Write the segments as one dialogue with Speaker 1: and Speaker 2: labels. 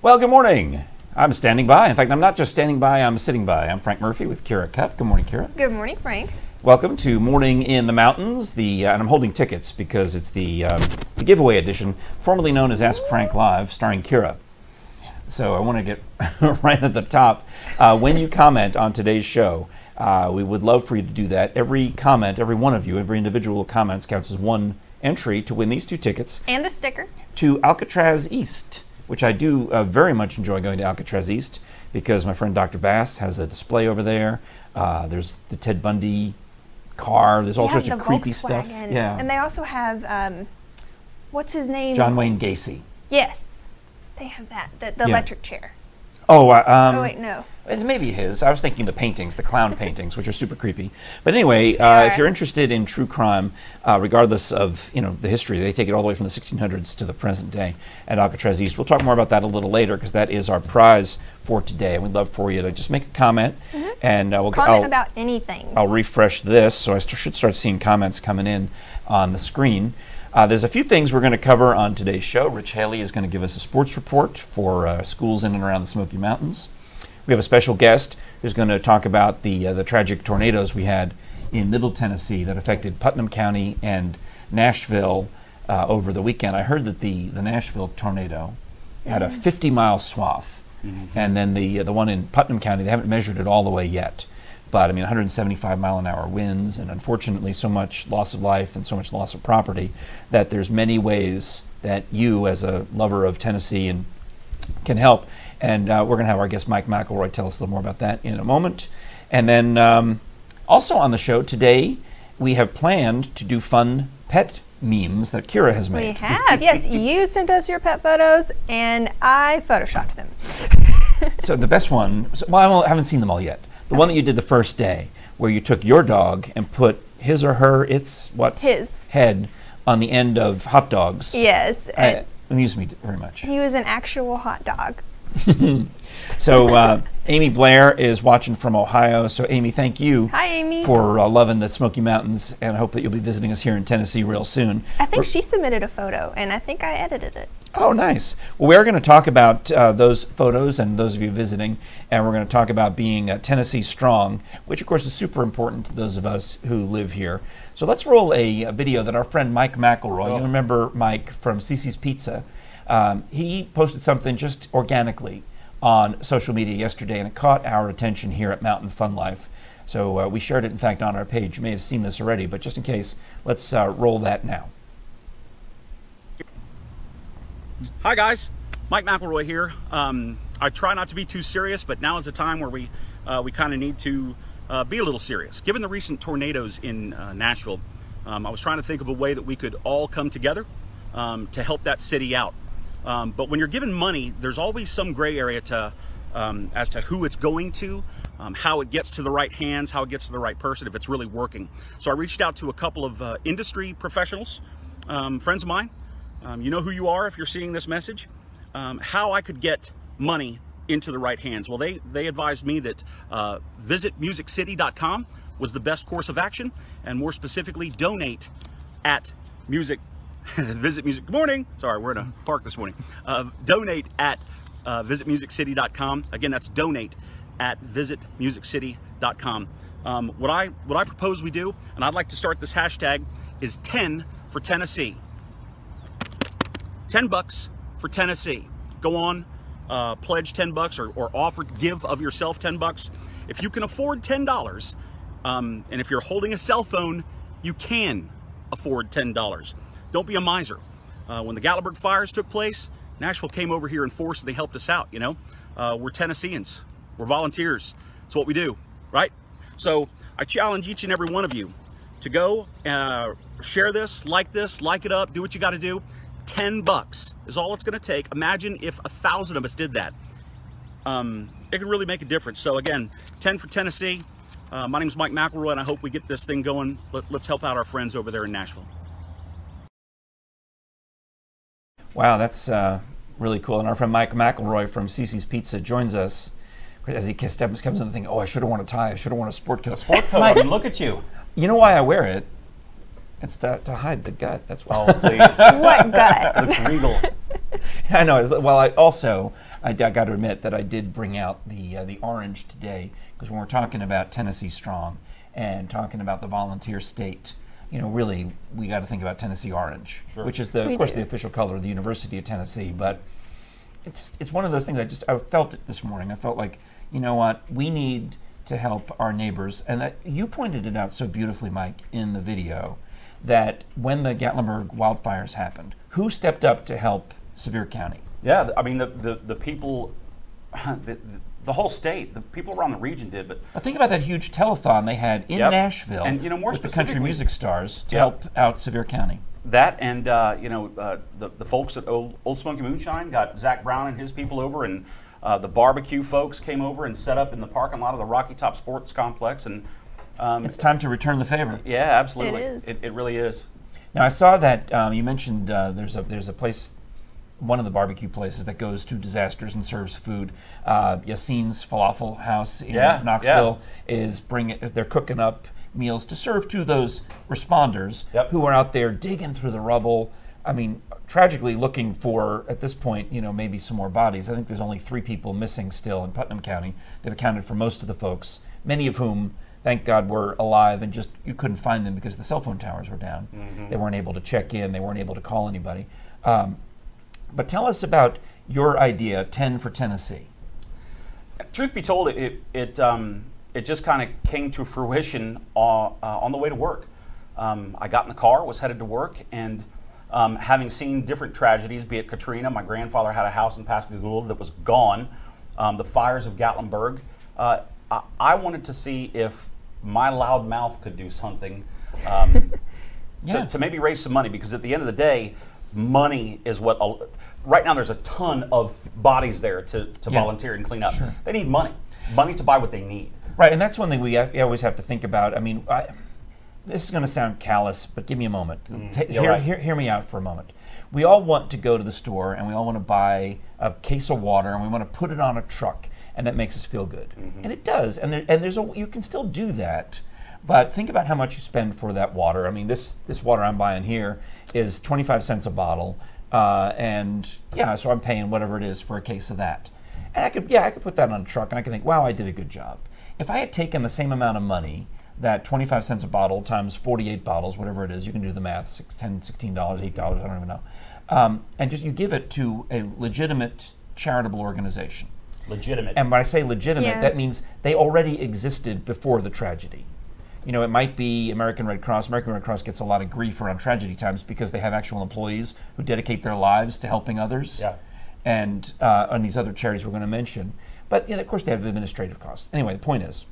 Speaker 1: Well, good morning. I'm standing by. In fact, I'm not just standing by, I'm sitting by. I'm Frank Murphy with Kira Cup. Good morning, Kira.
Speaker 2: Good morning, Frank.
Speaker 1: Welcome to Morning in the Mountains. The uh, and I'm holding tickets because it's the, um, the giveaway edition, formerly known as Ask Frank Live, starring Kira. So I want to get right at the top. Uh, when you comment on today's show, uh, we would love for you to do that. Every comment, every one of you, every individual comments counts as one entry to win these two tickets
Speaker 2: And the sticker.
Speaker 1: to Alcatraz East, which I do uh, very much enjoy going to Alcatraz East because my friend Dr. Bass has a display over there. Uh, there's the Ted Bundy car. There's all
Speaker 2: They have
Speaker 1: sorts of
Speaker 2: the
Speaker 1: creepy
Speaker 2: Volkswagen,
Speaker 1: stuff. Yeah.
Speaker 2: And they also have um, what's his name?
Speaker 1: John Wayne Gacy.
Speaker 2: Yes. They have that. The, the
Speaker 1: Yeah.
Speaker 2: electric chair.
Speaker 1: Oh, uh, um,
Speaker 2: Oh wait, no.
Speaker 1: It may be his. I was thinking the paintings, the clown paintings, which are super creepy. But anyway, uh,
Speaker 2: are.
Speaker 1: if you're interested in true crime, uh, regardless of you know the history, they take it all the way from the 1600s to the present day at Alcatraz East. We'll talk more about that a little later because that is our prize for today. We'd love for you to just make a comment, and uh, we'll
Speaker 2: Mm-hmm. Comment
Speaker 1: I'll-
Speaker 2: about anything.
Speaker 1: I'll refresh this, so I st- should start seeing comments coming in on the screen. Uh, there's a few things we're going to cover on today's show. Rich Haley is going to give us a sports report for uh, schools in and around the Smoky Mountains. We have a special guest who's going to talk about the uh, the tragic tornadoes we had in Middle Tennessee that affected Putnam County and Nashville uh, over the weekend. I heard that the the Nashville tornado had a 50 mile swath, and then the uh, the one in Putnam County they haven't measured it all the way yet. But I mean, 175 mile an hour winds, and unfortunately, so much loss of life and so much loss of property that there's many ways that you, as a lover of Tennessee and can help. And uh, we're going to have our guest Mike McElroy tell us a little more about that in a moment. And then um, also on the show today, we have planned to do fun pet memes that Kira has
Speaker 2: we
Speaker 1: made.
Speaker 2: have. yes, you sent us your pet photos, and I photoshopped them.
Speaker 1: So the best one, so- well, I won't- I haven't seen them all yet. The one that you did the first day, where you took your dog and put his or her, it's what's
Speaker 2: His.
Speaker 1: head on the end of hot dogs.
Speaker 2: Yes.
Speaker 1: Uh,
Speaker 2: and
Speaker 1: amused me very much.
Speaker 2: he was an actual hot dog.
Speaker 1: So uh, Amy Blair is watching from Ohio. So Amy, thank you.
Speaker 2: Hi, Amy.
Speaker 1: For uh, loving the Smoky Mountains, and I hope that you'll be visiting us here in Tennessee real soon.
Speaker 2: I think she submitted a photo, and I think I edited it.
Speaker 1: Oh, nice. Well, we're going to talk about uh, those photos and those of you visiting, and we're going to talk about being uh, Tennessee strong, which of course is super important to those of us who live here. So let's roll a, a video that our friend Mike McElroy, you remember Mike from CC's Pizza, um, he posted something just organically on social media yesterday, and it caught our attention here at Mountain Fun Life. So uh, we shared it, in fact, on our page. You may have seen this already, but just in case, let's uh, roll that now.
Speaker 3: Hi guys, Mike McElroy here. Um, I try not to be too serious, but now is the time where we uh, we kind of need to uh, be a little serious. Given the recent tornadoes in uh, Nashville, um, I was trying to think of a way that we could all come together um, to help that city out. Um, but when you're given money, there's always some gray area to um, as to who it's going to, um, how it gets to the right hands, how it gets to the right person, if it's really working. So I reached out to a couple of uh, industry professionals, um, friends of mine. Um, you know who you are if you're seeing this message. Um, how I could get money into the right hands. Well, they they advised me that uh, visit musiccity.com was the best course of action, and more specifically, donate at music. visit music. Good morning. Sorry, we're in a park this morning. Uh, donate at uh, visitmusiccity.com. Again, that's donate at visitmusiccity.com. Um, what I what I propose we do, and I'd like to start this hashtag is 10 for Tennessee. 10 bucks for Tennessee. Go on, uh, pledge 10 bucks or, or offer, give of yourself 10 bucks. If you can afford $10, um, and if you're holding a cell phone, you can afford $10. Don't be a miser. Uh, when the Galliburg fires took place, Nashville came over here in force and they helped us out, you know? Uh, we're Tennesseans, we're volunteers. It's what we do, right? So I challenge each and every one of you to go uh, share this, like this, like it up, do what you got to do. 10 bucks is all it's going to take. Imagine if a thousand of us did that. Um, it could really make a difference. So, again, 10 for Tennessee. Uh, my name is Mike McElroy, and I hope we get this thing going. Let, let's help out our friends over there in Nashville.
Speaker 1: Wow, that's uh, really cool. And our friend Mike McElroy from CC's Pizza joins us as he kissed steps comes in and thinking, "Oh, I should have worn a tie. I should have worn a sport coat." Sport coat.
Speaker 4: Mike, look at you.
Speaker 1: You know why I wear it? It's to, to hide the gut. That's why.
Speaker 4: Oh, please.
Speaker 2: What gut?
Speaker 4: Looks regal.
Speaker 1: I know. it's- Well, I also I, I got to admit that I did bring out the uh, the orange today because when we're talking about Tennessee Strong and talking about the volunteer state, you know, really we got to think about Tennessee orange,
Speaker 3: Sure.
Speaker 1: which is the
Speaker 2: We
Speaker 1: of course
Speaker 2: do.
Speaker 1: the official color of the University of Tennessee, but it's just, it's one of those things I just I felt it this morning. I felt like you know what we need to help our neighbors, and I, you pointed it out so beautifully, Mike, in the video that when the Gatlinburg wildfires happened, who stepped up to help Sevier County?
Speaker 3: Yeah, th- I mean, the, the, the people, the, the- the whole state, the people around the region did, but
Speaker 1: Now think about that huge telethon they had in
Speaker 3: Yep.
Speaker 1: Nashville
Speaker 3: And, you know, more
Speaker 1: with the country
Speaker 3: specifically-
Speaker 1: music stars to
Speaker 3: Yep.
Speaker 1: help out Sevier County.
Speaker 3: that and, uh, you know, uh, the, the folks at Old, Old Smoky Moonshine got Zach Brown and his people over, and uh, the barbecue folks came over and set up in the parking lot of the Rocky Top Sports Complex. And um,
Speaker 1: It's time to return the favor.
Speaker 3: yeah, absolutely.
Speaker 2: is.
Speaker 3: It, it really is.
Speaker 1: Now I saw that um, you mentioned uh, there's a there's a place, one of the barbecue places that goes to disasters and serves food. Uh, Yassine's Falafel House in
Speaker 3: Yeah, yeah.
Speaker 1: Knoxville is bringing they're cooking up meals to serve to those responders
Speaker 3: Yep.
Speaker 1: who are out there digging through the rubble. I mean, tragically looking for at this point, you know, maybe some more bodies. I think there's only three people missing still in Putnam County. They've accounted for most of the folks, many of whom, thank God, were alive and just you couldn't find them because the cell phone towers were down. They weren't able to check in. They weren't able to call anybody. Um, but tell us about your idea, ten for Tennessee.
Speaker 3: Truth be told, it it it, um, it just kind of came to fruition uh, uh, on the way to work. Um, I got in the car, was headed to work, and um, having seen different tragedies, be it Katrina, my grandfather had a house in Pascagoula that was gone, um, the fires of Gatlinburg. Uh, I, I wanted to see if my loud mouth could do something um,
Speaker 1: Yeah.
Speaker 3: to, to maybe raise some money because at the end of the day, money is what. A, right now, there's a ton of bodies there to, to
Speaker 1: Yeah.
Speaker 3: volunteer and clean up.
Speaker 1: Sure.
Speaker 3: They need money, money to buy what they need.
Speaker 1: Right, and that's one thing we have, always have to think about. I mean, I, this is going to sound callous, but give me a moment. Ta-
Speaker 3: Mm, you're
Speaker 1: hear,
Speaker 3: right.
Speaker 1: hear, hear me out for a moment. We all want to go to the store and we all want to buy a case of water and we want to put it on a truck, and that makes us feel good,
Speaker 3: Mm-hmm.
Speaker 1: and it does. And there, and there's a you can still do that. But think about how much you spend for that water. I mean, this this water I'm buying here is 25 cents a bottle, uh, and yeah, so I'm paying whatever it is for a case of that. And I could, yeah, I could put that on a truck and I could think, wow, I did a good job. If I had taken the same amount of money, that 25 cents a bottle times 48 bottles, whatever it is, you can do the math, six, 10, $16, $8, I don't even know. Um, and just you give it to a legitimate charitable organization.
Speaker 3: Legitimate.
Speaker 1: And when I say legitimate,
Speaker 2: Yeah.
Speaker 1: that means they already existed before the tragedy. You know, it might be American Red Cross. American Red Cross gets a lot of grief around tragedy times because they have actual employees who dedicate their lives to helping others.
Speaker 3: Yeah.
Speaker 1: And uh, on these other charities we're going to mention. But you know, of course, they have administrative costs. Anyway, the point is,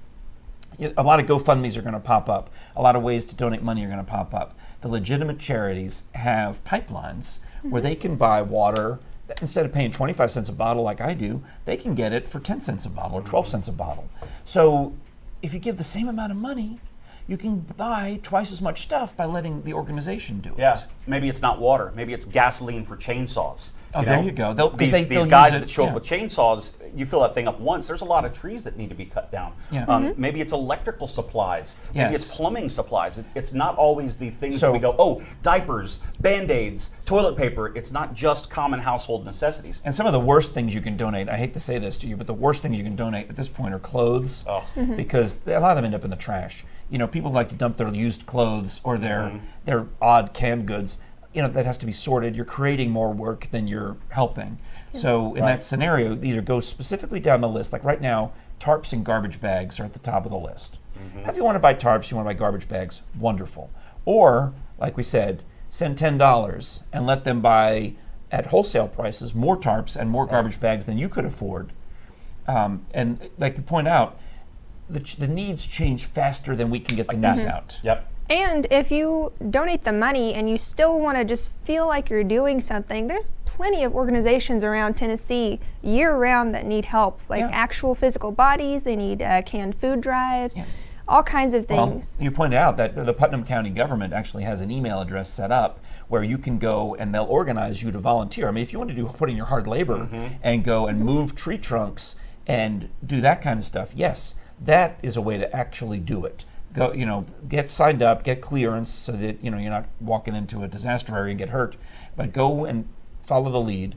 Speaker 1: y- a lot of GoFundMe's are going to pop up. A lot of ways to donate money are going to pop up. The legitimate charities have pipelines where they can buy water that instead of paying 25 cents a bottle like I do, they can get it for 10 cents a bottle or 12 cents a bottle. So if you give the same amount of money, you can buy twice as much stuff by letting the organization do it.
Speaker 3: yeah, maybe it's not water. Maybe it's gasoline for chainsaws.
Speaker 1: Oh, there you go. They'll- 'cause
Speaker 3: these
Speaker 1: they-
Speaker 3: these
Speaker 1: they'll
Speaker 3: guys
Speaker 1: use it,
Speaker 3: that show
Speaker 1: yeah.
Speaker 3: up with chainsaws, you fill that thing up once. There's a lot of trees that need to be cut down.
Speaker 1: Yeah.
Speaker 3: Um, Maybe it's electrical supplies. Maybe it's
Speaker 1: Yes.
Speaker 3: plumbing supplies. It, it's not always the things
Speaker 1: So-
Speaker 3: that we go, oh, diapers, band aids, toilet paper. It's not just common household necessities.
Speaker 1: And some of the worst things you can donate, I hate to say this to you, but the worst things you can donate at this point are clothes because a lot of them end up in the trash. You know, people like to dump their used clothes or their their odd canned goods. You know, that has to be sorted. You're creating more work than you're helping. So in that scenario, either go specifically down the list, like right now, tarps and garbage bags are at the top of the list. If you want to buy tarps, you want to buy garbage bags, wonderful. Or, like we said, send ten dollars and let them buy at wholesale prices more tarps and more garbage bags than you could afford. Um, and like you point out, the, ch- the needs change faster than we can get the news out.
Speaker 3: Yep.
Speaker 2: And if you donate the money and you still want to just feel like you're doing something, there's plenty of organizations around Tennessee year round that need help, like
Speaker 1: Yeah.
Speaker 2: actual physical bodies, they need uh, canned food drives,
Speaker 1: Yeah.
Speaker 2: all kinds of
Speaker 1: Well,
Speaker 2: things.
Speaker 1: you pointed out that the Putnam County government actually has an email address set up where you can go and they'll organize you to volunteer. I mean, if you want to do put in your hard labor
Speaker 3: Mm-hmm.
Speaker 1: and go and move tree trunks and do that kind of stuff, yes, that is a way to actually do it. Go, you know, get signed up, get clearance so that you know you're not walking into a disaster area and get hurt. But go and follow the lead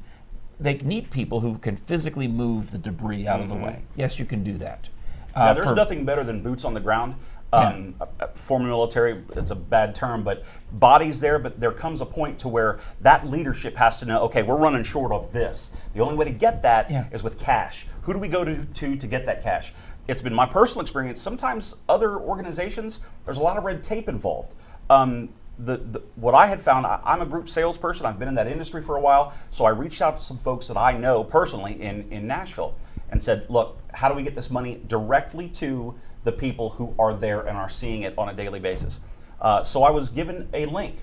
Speaker 1: they need people who can physically move the debris out of the way. Yes, you can do that.
Speaker 3: Yeah,
Speaker 1: Uh,
Speaker 3: Mm-hmm. there's
Speaker 1: for-
Speaker 3: nothing better than boots on the ground. Um, uh, Former military, it's a bad term, but bodies there. But there comes a point to where that leadership has to know, okay, we're running short of this. The only way to get that is
Speaker 1: Yeah.
Speaker 3: with cash. Who do we go to, to to get that cash? It's been my personal experience. Sometimes other organizations, there's a lot of red tape involved. Um, the, the, what I had found, I, I'm a group salesperson. I've been in that industry for a while, so I reached out to some folks that I know personally in in Nashville and said, look, how do we get this money directly to the people who are there and are seeing it on a daily basis? Uh, so I was given a link,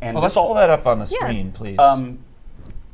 Speaker 3: and
Speaker 1: Well, let's
Speaker 3: this all
Speaker 1: pull that up on the
Speaker 2: Yeah.
Speaker 1: screen, please.
Speaker 3: Um,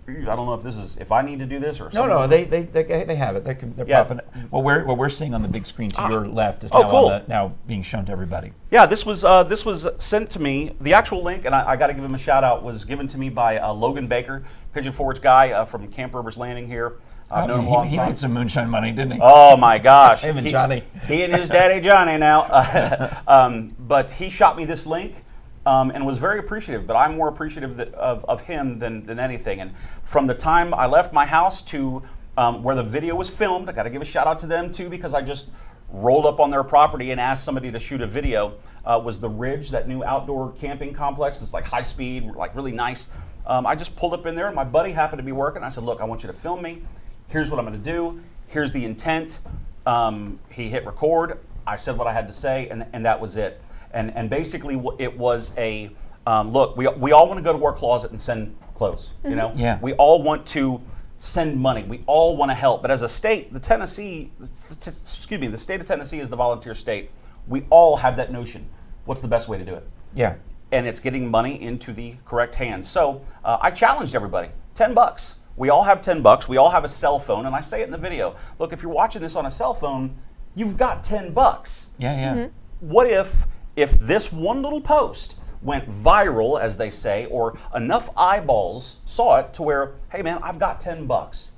Speaker 3: I don't know if this is if I need to do this or
Speaker 1: no,
Speaker 3: someone-
Speaker 1: no, they they, they, they have it. They can, they're
Speaker 3: Yeah.
Speaker 1: popping it. What we're what we're seeing on the big screen to your left is
Speaker 3: Oh,
Speaker 1: now
Speaker 3: cool.
Speaker 1: on the, now being shown to everybody.
Speaker 3: Yeah, this was uh, this was sent to me. The actual link, and I, I got to give him a shout out, was given to me by uh, Logan Baker, Pigeon Forge guy uh, from Camp Rivers Landing here. I've known him
Speaker 1: Uh, he,
Speaker 3: a long
Speaker 1: he
Speaker 3: time.
Speaker 1: made some moonshine money, didn't he?
Speaker 3: Oh my gosh!
Speaker 1: Him and
Speaker 3: He-
Speaker 1: Johnny.
Speaker 3: He and his daddy Johnny now. um, but he shot me this link um, and was very appreciative. But I'm more appreciative that, of, of him than, than anything. And from the time I left my house to um, where the video was filmed, I got to give a shout out to them too because I just rolled up on their property and asked somebody to shoot a video. Uh, was the Ridge, that new outdoor camping complex that's like high speed, like really nice. Um, I just pulled up in there, and my buddy happened to be working. I said, "Look, I want you to film me. Here's what I'm going to do. Here's the intent." Um, he hit record. I said what I had to say, and, and that was it. And and basically, wh- it was a um, look. We, we all want to go to our closet and send clothes. You know,
Speaker 1: Yeah.
Speaker 3: We all want to send money. We all want to help. But as a state, the Tennessee, s- t- excuse me, the state of Tennessee is the volunteer state. We all have that notion. What's the best way to do it?
Speaker 1: Yeah.
Speaker 3: and it's getting money into the correct hands. So uh, I challenged everybody 10 bucks. We all have 10 bucks. We all have a cell phone. And I say it in the video look, if you're watching this on a cell phone, you've got 10 bucks.
Speaker 1: Yeah, yeah.
Speaker 3: What if, if this one little post went viral, as they say, or enough eyeballs saw it to where, hey man, I've got 10 bucks.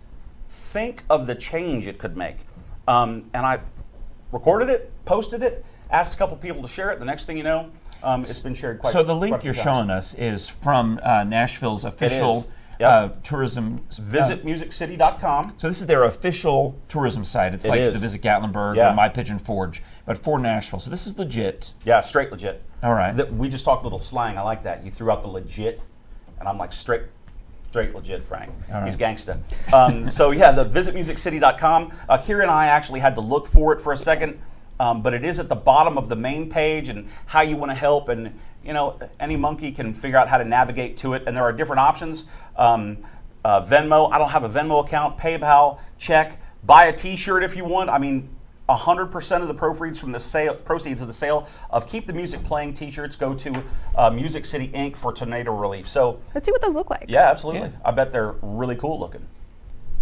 Speaker 3: Think of the change it could make. Um, and I recorded it, posted it, asked a couple people to share it. The next thing you know, um, it's been shared quite
Speaker 1: So the
Speaker 3: quite a
Speaker 1: link
Speaker 3: few
Speaker 1: you're
Speaker 3: times.
Speaker 1: showing us is from uh, Nashville's official
Speaker 3: Yep.
Speaker 1: uh, tourism. s- uh,
Speaker 3: visitmusiccity.com.
Speaker 1: so this is their official tourism site. It's like the
Speaker 3: is.
Speaker 1: Visit Gatlinburg
Speaker 3: Yeah.
Speaker 1: or My Pigeon Forge, but for Nashville. So this is legit.
Speaker 3: Yeah, straight legit.
Speaker 1: All right.
Speaker 3: Th- we just talked a little slang. I like that. You threw out the legit, and I'm like straight, straight legit, Frank. He's gangsta. Um, so yeah, the visitmusiccity.com. Uh, Kira and I actually had to look for it for a second, um, but it is at the bottom of the main page and how you want to help and you know any monkey can figure out how to navigate to it and there are different options. Um, uh, Venmo. I don't have a Venmo account. PayPal. Check. Buy a T-shirt if you want. I mean, 100% of the proceeds from the sale proceeds of the sale of keep the music playing t-shirts go to uh, Music City Inc for tornado relief. So
Speaker 2: Let's see what those look like.
Speaker 3: yeah, absolutely.
Speaker 1: Yeah.
Speaker 3: I bet they're really cool looking.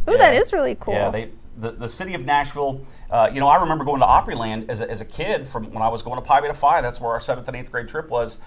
Speaker 2: Ooh, that is really cool.
Speaker 3: Yeah, they the, the city of Nashville. Uh, you know, I remember going to Opryland as a, as a kid from when I was going to Pi Beta Phi. That's where our seventh and eighth grade trip was,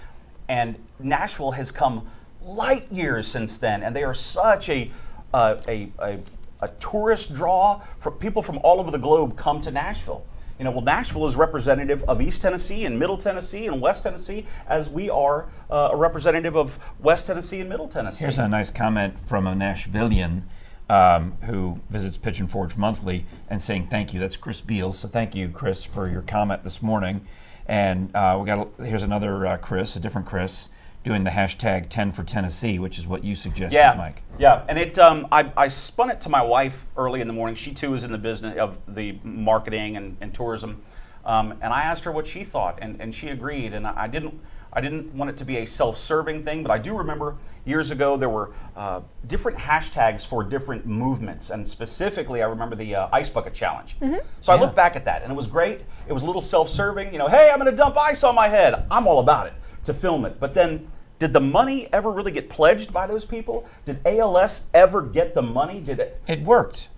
Speaker 3: and Nashville has come light years since then, and they are such a uh, a, a a tourist draw for people from all over the globe come to Nashville. You know, well, Nashville is representative of East Tennessee and Middle Tennessee and West Tennessee, as we are uh, a representative of West Tennessee and Middle Tennessee.
Speaker 1: Here's a nice comment from a Nashvilleian um, who visits Pigeon Forge monthly and saying thank you. That's Chris Beals. So thank you, Chris, for your comment this morning. And uh, we got a, here's another uh, Chris, a different Chris, doing the hashtag 10 for Tennessee, which is what you suggested,
Speaker 3: yeah.
Speaker 1: Mike.
Speaker 3: Yeah, and it um, I, I spun it to my wife early in the morning. She too is in the business of the marketing and, and tourism, um, and I asked her what she thought, and, and she agreed. And I, I didn't I didn't want it to be a self-serving thing, but I do remember years ago there were uh, different hashtags for different movements, and specifically I remember the uh, ice bucket challenge. So I looked back at that, and it was great. It was a little self-serving, you know. Hey, I'm going to dump ice on my head. I'm all about it to film it, but then. Did the money ever really get pledged by those people? Did ALS ever get the money? Did it?
Speaker 1: It worked.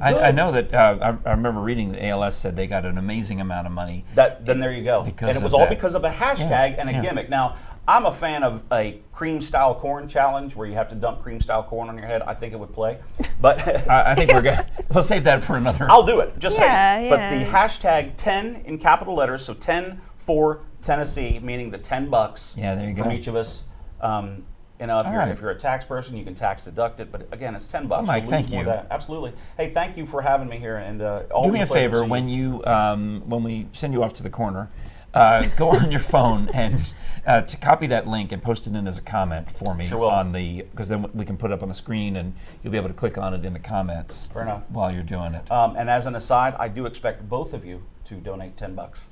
Speaker 1: I, I
Speaker 3: Good.
Speaker 1: know that uh, I, I remember reading that ALS said they got an amazing amount of money.
Speaker 3: That then there you go.
Speaker 1: Because
Speaker 3: and it
Speaker 1: of
Speaker 3: was all
Speaker 1: that.
Speaker 3: because of a hashtag
Speaker 1: Yeah,
Speaker 3: and a
Speaker 1: yeah.
Speaker 3: gimmick. Now I'm a fan of a cream style corn challenge where you have to dump cream style corn on your head. I think it would play, but
Speaker 1: I, I think we're going to, we'll save that for another.
Speaker 3: I'll do it. Just
Speaker 2: Yeah, yeah.
Speaker 3: say. But the hashtag 10 in capital letters, so 10 for Tennessee, meaning the 10 bucks
Speaker 1: Yeah, there you
Speaker 3: from
Speaker 1: go.
Speaker 3: each of us. Um, You know, if,
Speaker 1: All
Speaker 3: you're,
Speaker 1: right.
Speaker 3: if you're a tax person, you can tax deduct it. But again, it's ten bucks.
Speaker 1: Oh, Mike,
Speaker 3: You'll lose
Speaker 1: thank
Speaker 3: more
Speaker 1: you.
Speaker 3: than that. Absolutely. Hey, thank you for having me here. And uh,
Speaker 1: Do
Speaker 3: always
Speaker 1: me a
Speaker 3: pleasure
Speaker 1: favor
Speaker 3: seeing
Speaker 1: when you um, when we send you off to the corner, uh, go on your phone and uh, to copy that link and post it in as a comment for me
Speaker 3: Sure will.
Speaker 1: on the because then we can put it up on the screen and you'll be able to click on it in the comments
Speaker 3: Fair enough.
Speaker 1: while you're doing it.
Speaker 3: Um, and as an aside, I do expect both of you to donate ten bucks.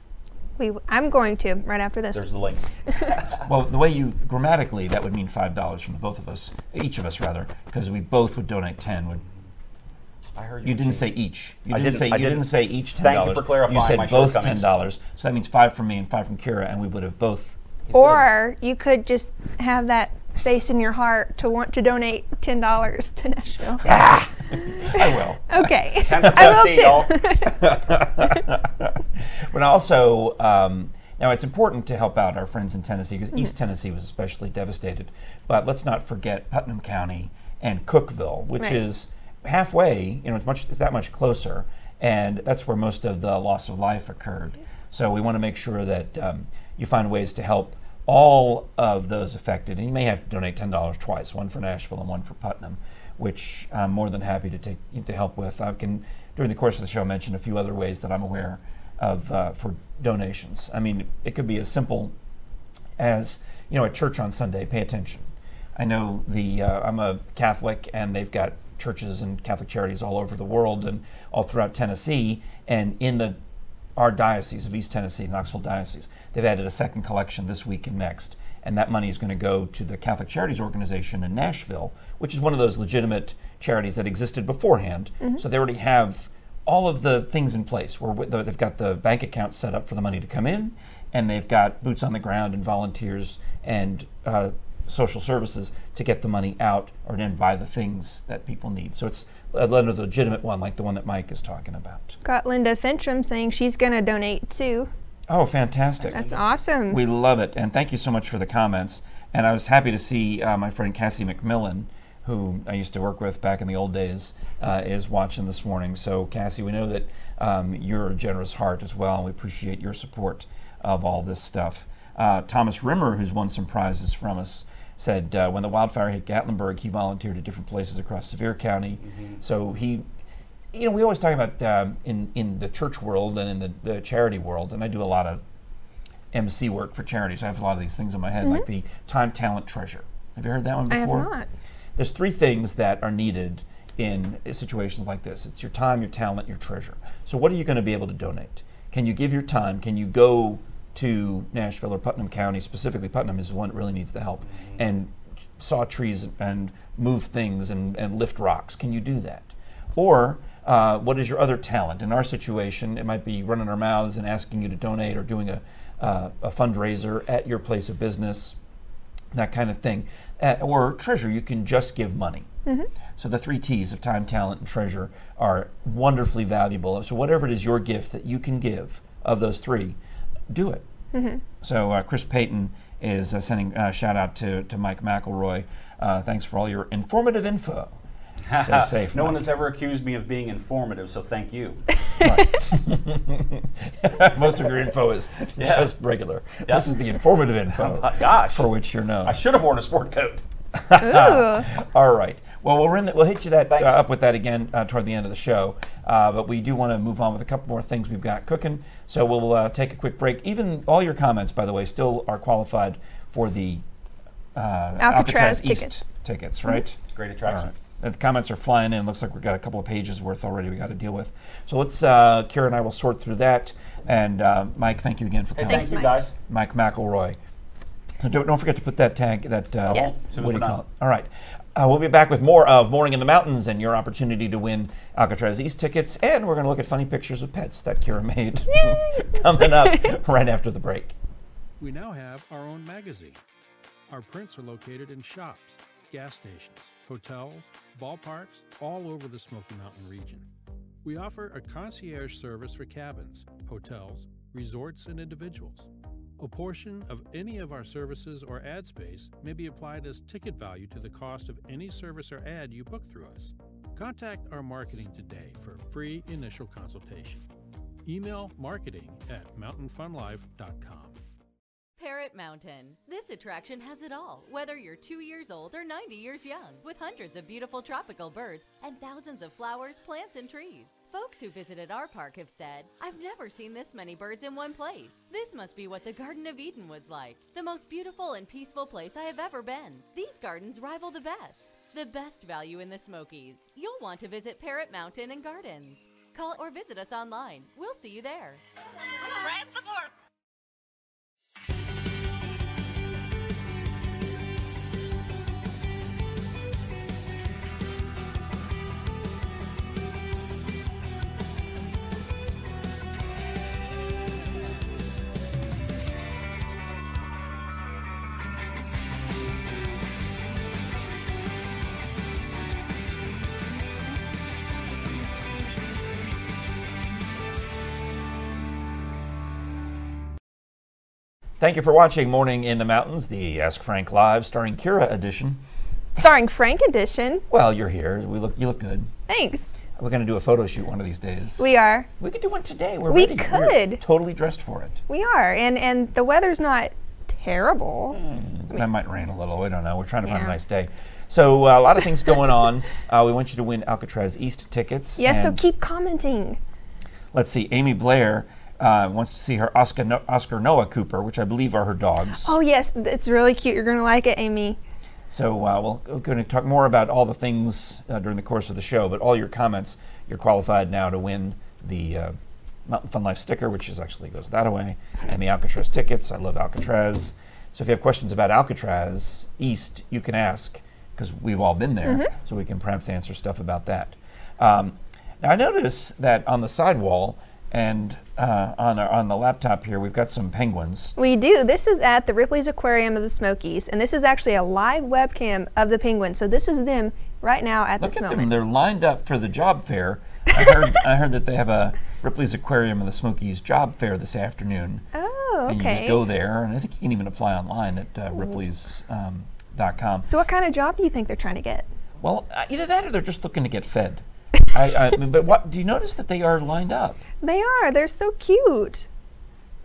Speaker 2: We, I'm going to right after this.
Speaker 3: There's the link.
Speaker 1: Well, the way you grammatically, that would mean five dollars from the both of us, each of us rather, because we both would donate ten. Would
Speaker 3: I heard you.
Speaker 1: you didn't
Speaker 3: Chief.
Speaker 1: say each? You
Speaker 3: I
Speaker 1: didn't,
Speaker 3: didn't-
Speaker 1: say
Speaker 3: I
Speaker 1: you didn't,
Speaker 3: didn't.
Speaker 1: say each ten
Speaker 3: Thank you
Speaker 1: dollars.
Speaker 3: for clarifying
Speaker 1: You said
Speaker 3: my
Speaker 1: both ten
Speaker 3: shortcomings.
Speaker 1: dollars, so that means five from me and five from Kira, and we would have both.
Speaker 2: Or you could just have that space in your heart to want to donate ten dollars to Nashville.
Speaker 1: I will.
Speaker 2: Okay.
Speaker 3: Time for
Speaker 2: I will
Speaker 3: Tennessee, y'all.
Speaker 2: too.
Speaker 1: But also, um, now it's important to help out our friends in Tennessee because East Tennessee was especially devastated. But let's not forget Putnam County and Cookville, which
Speaker 2: Right.
Speaker 1: is halfway. You know, it's much it's that much closer, and that's where most of the loss of life occurred. So we want to make sure that um, you find ways to help all of those affected. And you may have to donate ten dollars twice, one for Nashville and one for Putnam, which I'm more than happy to take to help with. I can during the course of the show mention a few other ways that I'm aware of uh, for donations. I mean, it could be as simple as you know at church on Sunday. Pay attention. I know the uh, I'm a Catholic, and they've got churches and Catholic charities all over the world and all throughout Tennessee, and in the our diocese of East Tennessee, Knoxville diocese, they've added a second collection this week and next, and that money is going to go to the Catholic Charities Organization in Nashville, which is one of those legitimate charities that existed beforehand. So they already have all of the things in place where wi- they've got the bank account set up for the money to come in and they've got boots on the ground and volunteers and uh, social services to get the money out or then buy the things that people need so it's a another legitimate one like the one that mike is talking about
Speaker 2: Got Linda Fintram saying she's going to donate too.
Speaker 1: oh fantastic
Speaker 2: That's awesome.
Speaker 1: we love it, and thank you so much for the comments. And I was happy to see uh, my friend Cassie McMillan, who I used to work with back in the old days, uh, is watching this morning. So Cassie, we know that um, you're a generous heart as well, and we appreciate your support of all this stuff. Uh, Thomas Rimmer, who's won some prizes from us, said uh, when the wildfire hit Gatlinburg, he volunteered at different places across Sevier County. So he you know, we always talk about um, in in the church world and in the, the charity world, and I do a lot of MC work for charities. I have a lot of these things in my head, like the time, talent, treasure. Have you heard that one
Speaker 2: Mm-hmm. I have
Speaker 1: before?
Speaker 2: not.
Speaker 1: There's three things that are needed in uh, situations like this. It's your time, your talent, your treasure. So what are you going to be able to donate? Can you give your time? Can you go to Nashville or Putnam County specifically? Putnam is the one that really needs the help and saw trees and move things and, and lift rocks. Can you do that? Or uh, what is your other talent? In our situation, it might be running our mouths and asking you to donate or doing a, uh, a fundraiser at your place of business, that kind of thing. Uh, or treasure, you can just give money. So the three T's of time, talent, and treasure are wonderfully valuable. So whatever it is your gift that you can give of those three, do it. So uh, Chris Payton is uh, sending uh, shout out to, to Mike McElroy. Uh, thanks for all your informative info. Stay safe.
Speaker 3: no
Speaker 1: Mike.
Speaker 3: one has ever accused me of being informative, so thank you.
Speaker 1: Most of your info is just regular. This is the informative info.
Speaker 3: gosh.
Speaker 1: for which you're known.
Speaker 3: I should have worn a sport coat.
Speaker 1: uh,
Speaker 2: Ooh.
Speaker 1: All right. Well, we'll, run that, we'll hit you that uh,
Speaker 3: Thanks.
Speaker 1: up with that again uh, toward the end of the show. Uh, but we do want to move on with a couple more things we've got cooking. So we'll uh, take a quick break. Even all your comments, by the way, still are qualified for the uh,
Speaker 2: Alcatraz
Speaker 1: East
Speaker 2: tickets. Mm-hmm.
Speaker 1: tickets, right?
Speaker 3: Great
Speaker 1: All
Speaker 3: attraction.
Speaker 1: right. Uh, The comments are flying in. Looks like we've got a couple of pages worth already we got to deal with. So let's, uh, Kira and I will sort through that. And uh, Mike, thank you again for
Speaker 3: Hey,
Speaker 1: coming.
Speaker 3: thank you
Speaker 2: Mike.
Speaker 3: guys.
Speaker 1: Mike McElroy. So don't, don't forget to put that tag, that, uh,
Speaker 2: Yes.
Speaker 3: Soon as
Speaker 1: what do you
Speaker 3: we're
Speaker 1: call it?
Speaker 3: done.
Speaker 1: All right. Uh, we'll be back with more of Morning in the Mountains and your opportunity to win Alcatraz East tickets. And we're going to look at funny pictures of pets that Kira made coming up right after the break.
Speaker 5: We now have our own magazine. Our prints are located in shops, gas stations, hotels, ballparks, all over the Smoky Mountain region. We offer a concierge service for cabins, hotels, resorts, and individuals. A portion of any of our services or ad space may be applied as ticket value to the cost of any service or ad you book through us. Contact our marketing today for a free initial consultation. Email marketing at mountainfunlive.com.
Speaker 6: Parrot Mountain. This attraction has it all, whether you're two years old or 90 years young, with hundreds of beautiful tropical birds and thousands of flowers, plants, and trees. Folks who visited our park have said, I've never seen this many birds in one place. This must be what the Garden of Eden was like. The most beautiful and peaceful place I have ever been. These gardens rival the best. The best value in the Smokies. You'll want to visit Parrot Mountain and Gardens. Call or visit us online. We'll see you there.
Speaker 1: Thank you for watching Morning in the Mountains, the Ask Frank Live starring Kira edition.
Speaker 2: Starring Frank Edition.
Speaker 1: Well, you're here. We look. You look good.
Speaker 2: Thanks.
Speaker 1: We're going to do a photo shoot one of these days.
Speaker 2: We are.
Speaker 1: We could do one today. We're
Speaker 2: We
Speaker 1: ready. We're
Speaker 2: could.
Speaker 1: totally dressed for it.
Speaker 2: We are. And and the weather's not terrible.
Speaker 1: Mm. That might rain a little. We don't know. We're trying to find a
Speaker 2: Yeah.
Speaker 1: nice day. So uh, a lot of things going on. Uh, we want you to win Alcatraz East tickets.
Speaker 2: Yes, so
Speaker 1: and
Speaker 2: keep commenting.
Speaker 1: Let's see. Amy Blair uh, wants to see her Oscar, no- Oscar Noah Cooper, which I believe are her dogs.
Speaker 2: Oh yes, it's really cute. You're gonna like it, Amy.
Speaker 1: So uh, we'll, we're going to talk more about all the things uh, during the course of the show, but all your comments, you're qualified now to win the uh, Mountain Fun Life sticker, which is actually goes that away, and the Alcatraz tickets. I love Alcatraz. So if you have questions about Alcatraz East, you can ask because we've all been there, so we can perhaps answer stuff about that. Um, now I notice that on the sidewall and uh, on our, on the laptop here, we've got some penguins.
Speaker 2: We do. This is at the Ripley's Aquarium of the Smokies, and this is actually a live webcam of the penguins. So this is them right now at
Speaker 1: Look
Speaker 2: this
Speaker 1: at
Speaker 2: moment.
Speaker 1: them. They're lined up for the job fair. I heard, I heard that they have a Ripley's Aquarium and the Smokies job fair this afternoon.
Speaker 2: Oh,
Speaker 1: And you just
Speaker 2: okay.
Speaker 1: go there, and I think you can even apply online at uh, Ripley's. Um, dot com.
Speaker 2: So what kind of job do you think they're trying to get?
Speaker 1: Well, uh, either that or they're just looking to get fed. I, I mean, but what do you notice that they are lined up?
Speaker 2: They are. They're so cute.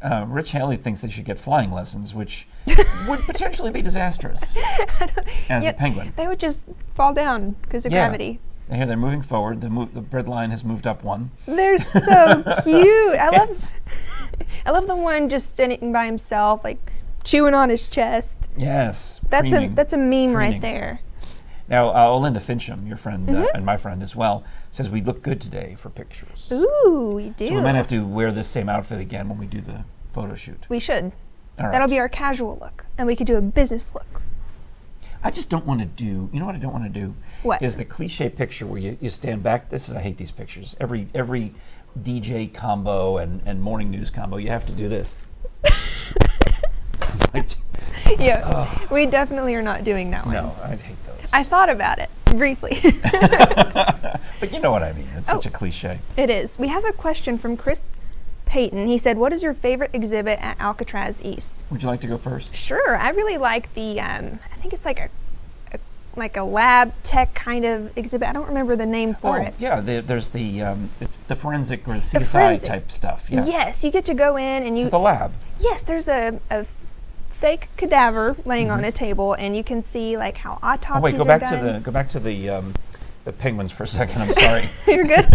Speaker 1: Uh, Rich Haley thinks they should get flying lessons, which would potentially be disastrous as
Speaker 2: Yeah,
Speaker 1: a penguin.
Speaker 2: They would just fall down because of
Speaker 1: Yeah.
Speaker 2: gravity.
Speaker 1: And Here they're moving forward. The, move, the bread line has moved up one.
Speaker 2: They're so cute. I
Speaker 1: Yes.
Speaker 2: love I love the one just standing by himself, like chewing on his chest.
Speaker 1: Yes.
Speaker 2: That's
Speaker 1: preening.
Speaker 2: a that's a meme
Speaker 1: Preening.
Speaker 2: right there.
Speaker 1: Now, uh, Olinda Fincham, your friend uh,
Speaker 2: Mm-hmm.
Speaker 1: and my friend as well, says we look good today for pictures.
Speaker 2: Ooh, we do.
Speaker 1: So we might have to wear this same outfit again when we do the photo shoot.
Speaker 2: We should.
Speaker 1: All right.
Speaker 2: That'll be our casual look, and we could do a business look.
Speaker 1: I just don't want to do. You know what I don't want to do?
Speaker 2: What?
Speaker 1: is the cliche picture where you, you stand back? This is I hate these pictures. Every every DJ combo and, and morning news combo, you have to do this. I j-
Speaker 2: yeah, we definitely are not doing that one.
Speaker 1: no, I hate those.
Speaker 2: I thought about it briefly.
Speaker 1: but you know what I mean. It's
Speaker 2: Oh.
Speaker 1: such a cliche.
Speaker 2: it is. We have a question from Chris Payton. He said, "What is your favorite exhibit at Alcatraz East?"
Speaker 1: Would you like to go first?
Speaker 2: Sure, I really like the. Um, I think it's like a, a like a lab tech kind of exhibit. I don't remember the name for
Speaker 1: oh,
Speaker 2: it.
Speaker 1: yeah. The, there's the um, it's the forensic or the CSI
Speaker 2: forensic.
Speaker 1: type stuff. Yeah.
Speaker 2: Yes, you get to go in and you
Speaker 1: To the lab.
Speaker 2: Yes, there's a, a fake cadaver laying on a table, and you can see like how autopsies
Speaker 1: Mm-hmm. Oh, wait, go
Speaker 2: are
Speaker 1: back
Speaker 2: done.
Speaker 1: to the go back to the um, the penguins for a second. I'm sorry.
Speaker 2: You're good.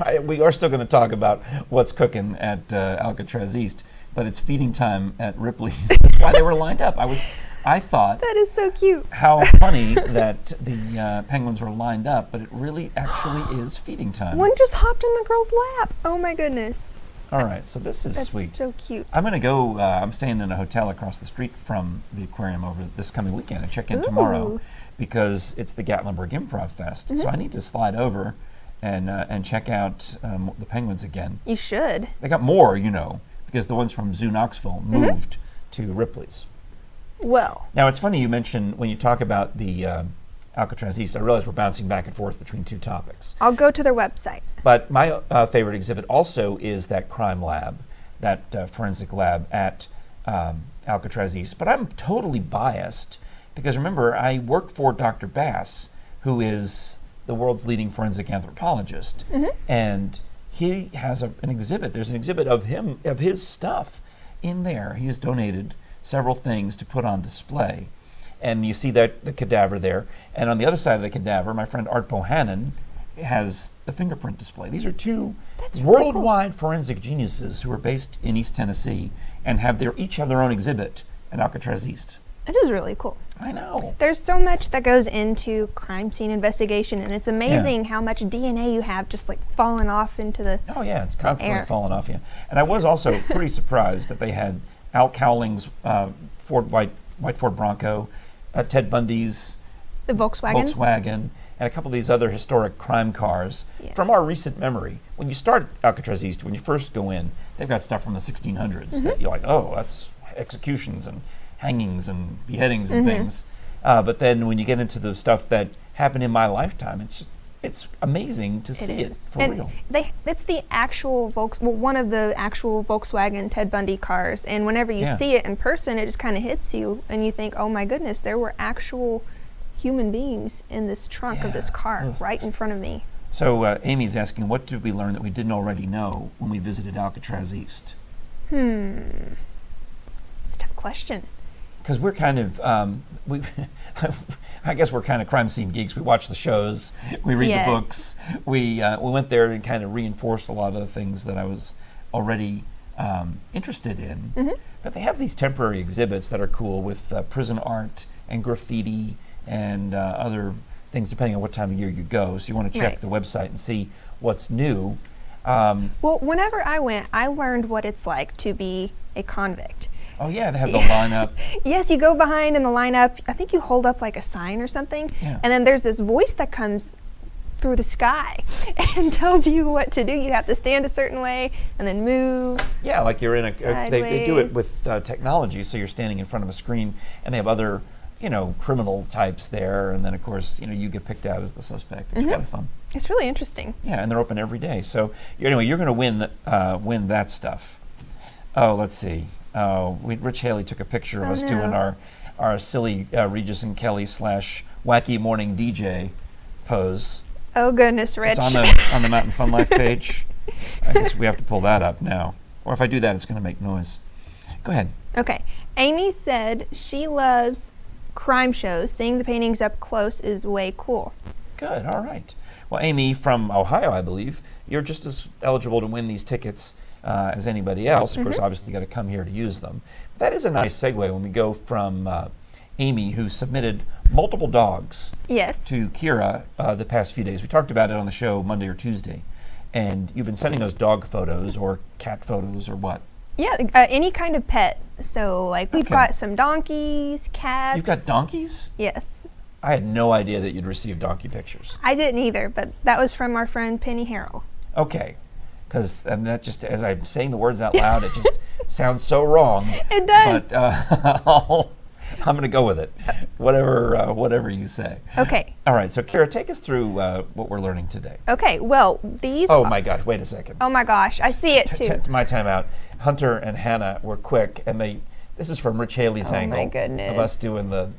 Speaker 1: I, we are still going to talk about what's cooking at uh, Alcatraz East, but it's feeding time at Ripley's. That's why they were lined up. I was, I thought
Speaker 2: that is so cute.
Speaker 1: how funny that the uh, penguins were lined up, but it really actually is feeding time.
Speaker 2: One just hopped in the girl's lap. Oh my goodness,
Speaker 1: All right, so this is
Speaker 2: that's
Speaker 1: sweet.
Speaker 2: so cute.
Speaker 1: I'm going to go. Uh, I'm staying in a hotel across the street from the aquarium over this coming weekend. I check in tomorrow
Speaker 2: Ooh.
Speaker 1: because it's the Gatlinburg Improv Fest. So I need to slide over and uh, and check out um, the penguins again.
Speaker 2: You should.
Speaker 1: They got more, you know, because the ones from Zoo Knoxville moved to Ripley's.
Speaker 2: Well,
Speaker 1: Now it's funny you mention when you talk about the um Alcatraz East. I realize we're bouncing back and forth between two topics.
Speaker 2: I'll go to their website.
Speaker 1: But my uh, favorite exhibit also is that crime lab, that uh, forensic lab at um, Alcatraz East. But I'm totally biased because remember, I work for Dr. Bass, who is the world's leading forensic anthropologist, and he has a, an exhibit. There's an exhibit of him of his stuff In there, he has donated several things to put on display. And you see that the cadaver there. And on the other side of the cadaver, my friend Art Bohannon has the fingerprint display. These are two worldwide forensic geniuses who are based in East Tennessee and have their each have their own exhibit in Alcatraz East.
Speaker 2: It is really cool.
Speaker 1: I know.
Speaker 2: There's so much that goes into crime scene investigation, and it's amazing how much DNA you have just like falling off into the.
Speaker 1: Oh yeah, it's constantly
Speaker 2: air.
Speaker 1: falling off you. And I was also pretty surprised that they had Al Cowling's uh, Ford White White Ford Bronco, uh, Ted Bundy's
Speaker 2: The Volkswagen.
Speaker 1: Volkswagen, and a couple of these other historic crime cars
Speaker 2: Yeah.
Speaker 1: from our recent memory. When you start Alcatraz East, when you first go in, they've got stuff from the 1600s
Speaker 2: Mm-hmm.
Speaker 1: that you're like, oh, that's executions and hangings and beheadings and
Speaker 2: Mm-hmm.
Speaker 1: things. Uh, but then when you get into the stuff that happened in my lifetime, it's just, it's amazing to see it for
Speaker 2: and
Speaker 1: real.
Speaker 2: They, it's the actual Volks, well, one of the actual Volkswagen Ted Bundy cars, and whenever you
Speaker 1: Yeah.
Speaker 2: see it in person, it just kind of hits you, and you think, "Oh my goodness, there were actual human beings in this trunk of this
Speaker 1: Yeah.
Speaker 2: car right in front of me."
Speaker 1: So uh, Amy's asking, what did we learn that we didn't already know when we visited Alcatraz East?
Speaker 2: Hmm. It's a tough question.
Speaker 1: because we're kind of um, we, I guess we're kind of crime scene geeks. We watch the shows, we read
Speaker 2: Yes.
Speaker 1: the books. We uh, we went there and kind of reinforced a lot of the things that I was already um, interested in.
Speaker 2: Mm-hmm.
Speaker 1: But they have these temporary exhibits that are cool with uh, prison art and graffiti and uh, other things, depending on what time of year you go. So you want to check
Speaker 2: Right.
Speaker 1: the website and see what's new. Um,
Speaker 2: Well, whenever I went, I learned what it's like to be a convict.
Speaker 1: oh yeah, they have the lineup.
Speaker 2: Yes, you go behind in the lineup. I think you hold up like a sign or something,
Speaker 1: Yeah.
Speaker 2: and then there's this voice that comes through the sky and tells you what to do. You have to stand a certain way and then move.
Speaker 1: Yeah, like you're in a. uh, They, they do it
Speaker 2: Sideways.
Speaker 1: with uh, technology, so you're standing in front of a screen, and they have other, you know, criminal types there, and then of course, you know, you get picked out as the suspect. It's
Speaker 2: Mm-hmm.
Speaker 1: kind of fun.
Speaker 2: It's really interesting.
Speaker 1: Yeah, and they're open every day. So you- anyway, you're going to win uh, win that stuff. Oh, let's see. Oh, we, Rich Haley took a picture of
Speaker 2: Oh,
Speaker 1: us
Speaker 2: no.
Speaker 1: doing our our silly uh, Regis and Kelly slash wacky morning DJ pose.
Speaker 2: Oh goodness, Rich.
Speaker 1: It's on the on the Mountain Fun Life page. I guess we have to pull that up now, or if I do that, it's going to make noise. Go ahead.
Speaker 2: okay. Amy said she loves crime shows. Seeing the paintings up close is way cool.
Speaker 1: Good. All right. Well, Amy from Ohio, I believe, you're just as eligible to win these tickets uh, as anybody else. Of course, obviously, you got to come here to use them. that is a nice segue when we go from uh, Amy, who submitted multiple dogs
Speaker 2: Yes.
Speaker 1: to Kira uh, the past few days. We talked about it on the show Monday or Tuesday, and you've been sending those dog photos or cat photos or what?
Speaker 2: Yeah, uh, any kind of pet. So like we've
Speaker 1: Okay.
Speaker 2: got some donkeys, cats.
Speaker 1: You've got donkeys.
Speaker 2: Yes.
Speaker 1: I had no idea that you'd received donkey pictures.
Speaker 2: I didn't either, but that was from our friend Penny Harrell.
Speaker 1: Okay. Because that just, as I'm saying the words out loud, it just sounds so wrong.
Speaker 2: It does.
Speaker 1: But uh, I'll, I'm going to go with it. Whatever, uh, whatever you say.
Speaker 2: Okay.
Speaker 1: All right. So, Kara, take us through uh, what we're learning today.
Speaker 2: Okay. Well, these.
Speaker 1: Oh
Speaker 2: are-
Speaker 1: my gosh! Wait a second.
Speaker 2: Oh my gosh, I see it
Speaker 1: T-
Speaker 2: too.
Speaker 1: t- my timeout. Hunter and Hannah were quick, and they. This is from Rich Haley's
Speaker 2: Oh my
Speaker 1: angle
Speaker 2: goodness.
Speaker 1: of us doing the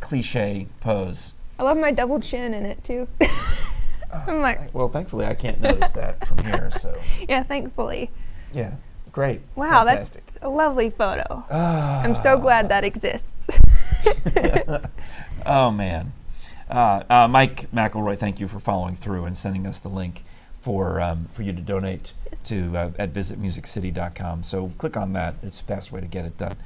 Speaker 1: cliche pose.
Speaker 2: I love my double chin in it too.
Speaker 1: Oh,
Speaker 2: I'm like,
Speaker 1: Well, thankfully, I can't notice that from here. So,
Speaker 2: yeah, thankfully.
Speaker 1: yeah, great.
Speaker 2: Wow,
Speaker 1: Fantastic. Ah.
Speaker 2: that's a lovely photo. I'm so glad that exists.
Speaker 1: Oh man, uh, uh, Mike McElroy, thank you for following through and sending us the link for um, for you to donate to uh, at visitmusiccity.com. So click on that; it's a fast way to get it done.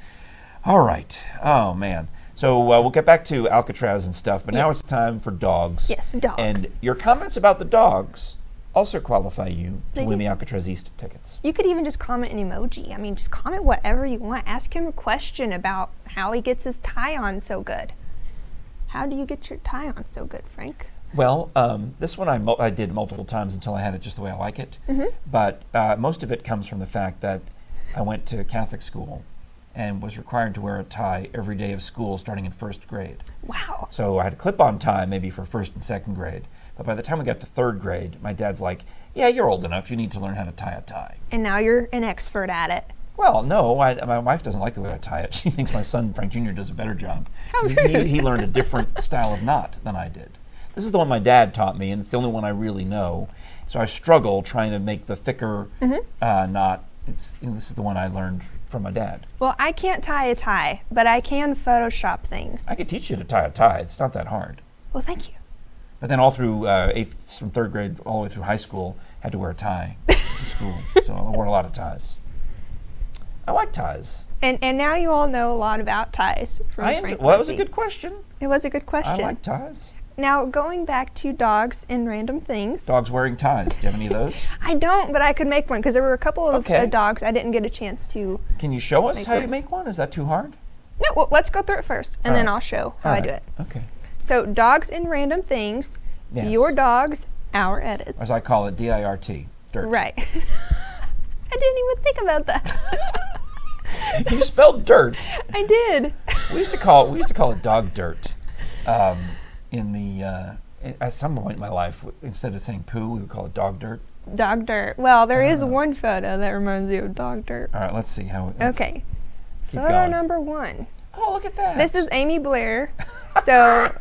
Speaker 1: All right. Oh man. So uh, we'll get back to Alcatraz and stuff, but now it's
Speaker 2: Yes.
Speaker 1: time for dogs.
Speaker 2: Yes,
Speaker 1: And
Speaker 2: dogs.
Speaker 1: your comments about the dogs also qualify you to
Speaker 2: They
Speaker 1: win
Speaker 2: do.
Speaker 1: the Alcatraz East tickets.
Speaker 2: You could even just comment an emoji. I mean, just comment whatever you want. Ask him a question about how he gets his tie on so good. How do you get your tie on so good, Frank?
Speaker 1: Well, um, this one I, mul- I did multiple times until I had it just the way I like it. But uh, most of it comes from the fact that I went to Catholic school and was required to wear a tie every day of school starting in first grade.
Speaker 2: Wow.
Speaker 1: So I had a clip on tie maybe for first and second grade. But by the time we got to third grade, my dad's like, Yeah, you're old enough. You need to learn how to tie a tie.
Speaker 2: And now you're an expert at it.
Speaker 1: Well, no, I, my wife doesn't like the way I tie it. She thinks my son Frank Jr. does a better job. 'Cause He, he learned a different style of knot than I did. This is the one my dad taught me, and it's the only one I really know. So I struggle trying to make the thicker uh, knot It's, you know, this is the one I learned from my dad.
Speaker 2: Well, I can't tie a tie, but I can Photoshop things.
Speaker 1: I could teach you to tie a tie. It's not that hard.
Speaker 2: Well, thank you.
Speaker 1: But then all through uh, eighth, from third grade all the way through high school, had to wear a tie to school. So I wore a lot of ties. I like ties.
Speaker 2: And and now you all know a lot about ties. From
Speaker 1: I am,
Speaker 2: Frank
Speaker 1: well, that was a
Speaker 2: Lindsay.
Speaker 1: good question.
Speaker 2: It was a good
Speaker 1: I
Speaker 2: question.
Speaker 1: like ties.
Speaker 2: now going back to dogs and random things.
Speaker 1: Dogs wearing ties. Do you have any of those?
Speaker 2: I don't, but I could make one because there were a couple of uh,
Speaker 1: Okay.
Speaker 2: dogs I didn't get a chance to.
Speaker 1: Can you show us
Speaker 2: Make
Speaker 1: how to
Speaker 2: one.
Speaker 1: make one? Is that too hard?
Speaker 2: No, well, let's go through it first, and then
Speaker 1: Alright.
Speaker 2: I'll show how I
Speaker 1: Alright,
Speaker 2: do it.
Speaker 1: Okay.
Speaker 2: So dogs and random things.
Speaker 1: Yes.
Speaker 2: Your dogs, our edits.
Speaker 1: As I call it, D-I-R-T. Dirt.
Speaker 2: right. I didn't even think about that.
Speaker 1: You spelled dirt.
Speaker 2: I did.
Speaker 1: We used to call it, we used to call it dog dirt. Um, in the uh, i- at some point in my life, w- instead of saying poo, we would call it dog dirt.
Speaker 2: Dog dirt. Well,
Speaker 1: Uh,
Speaker 2: there is one photo that reminds you of dog dirt.
Speaker 1: All right, let's see how. let's
Speaker 2: Okay.
Speaker 1: Keep
Speaker 2: Photo
Speaker 1: going.
Speaker 2: number one.
Speaker 1: Oh, look at that.
Speaker 2: This is Amy Blair. So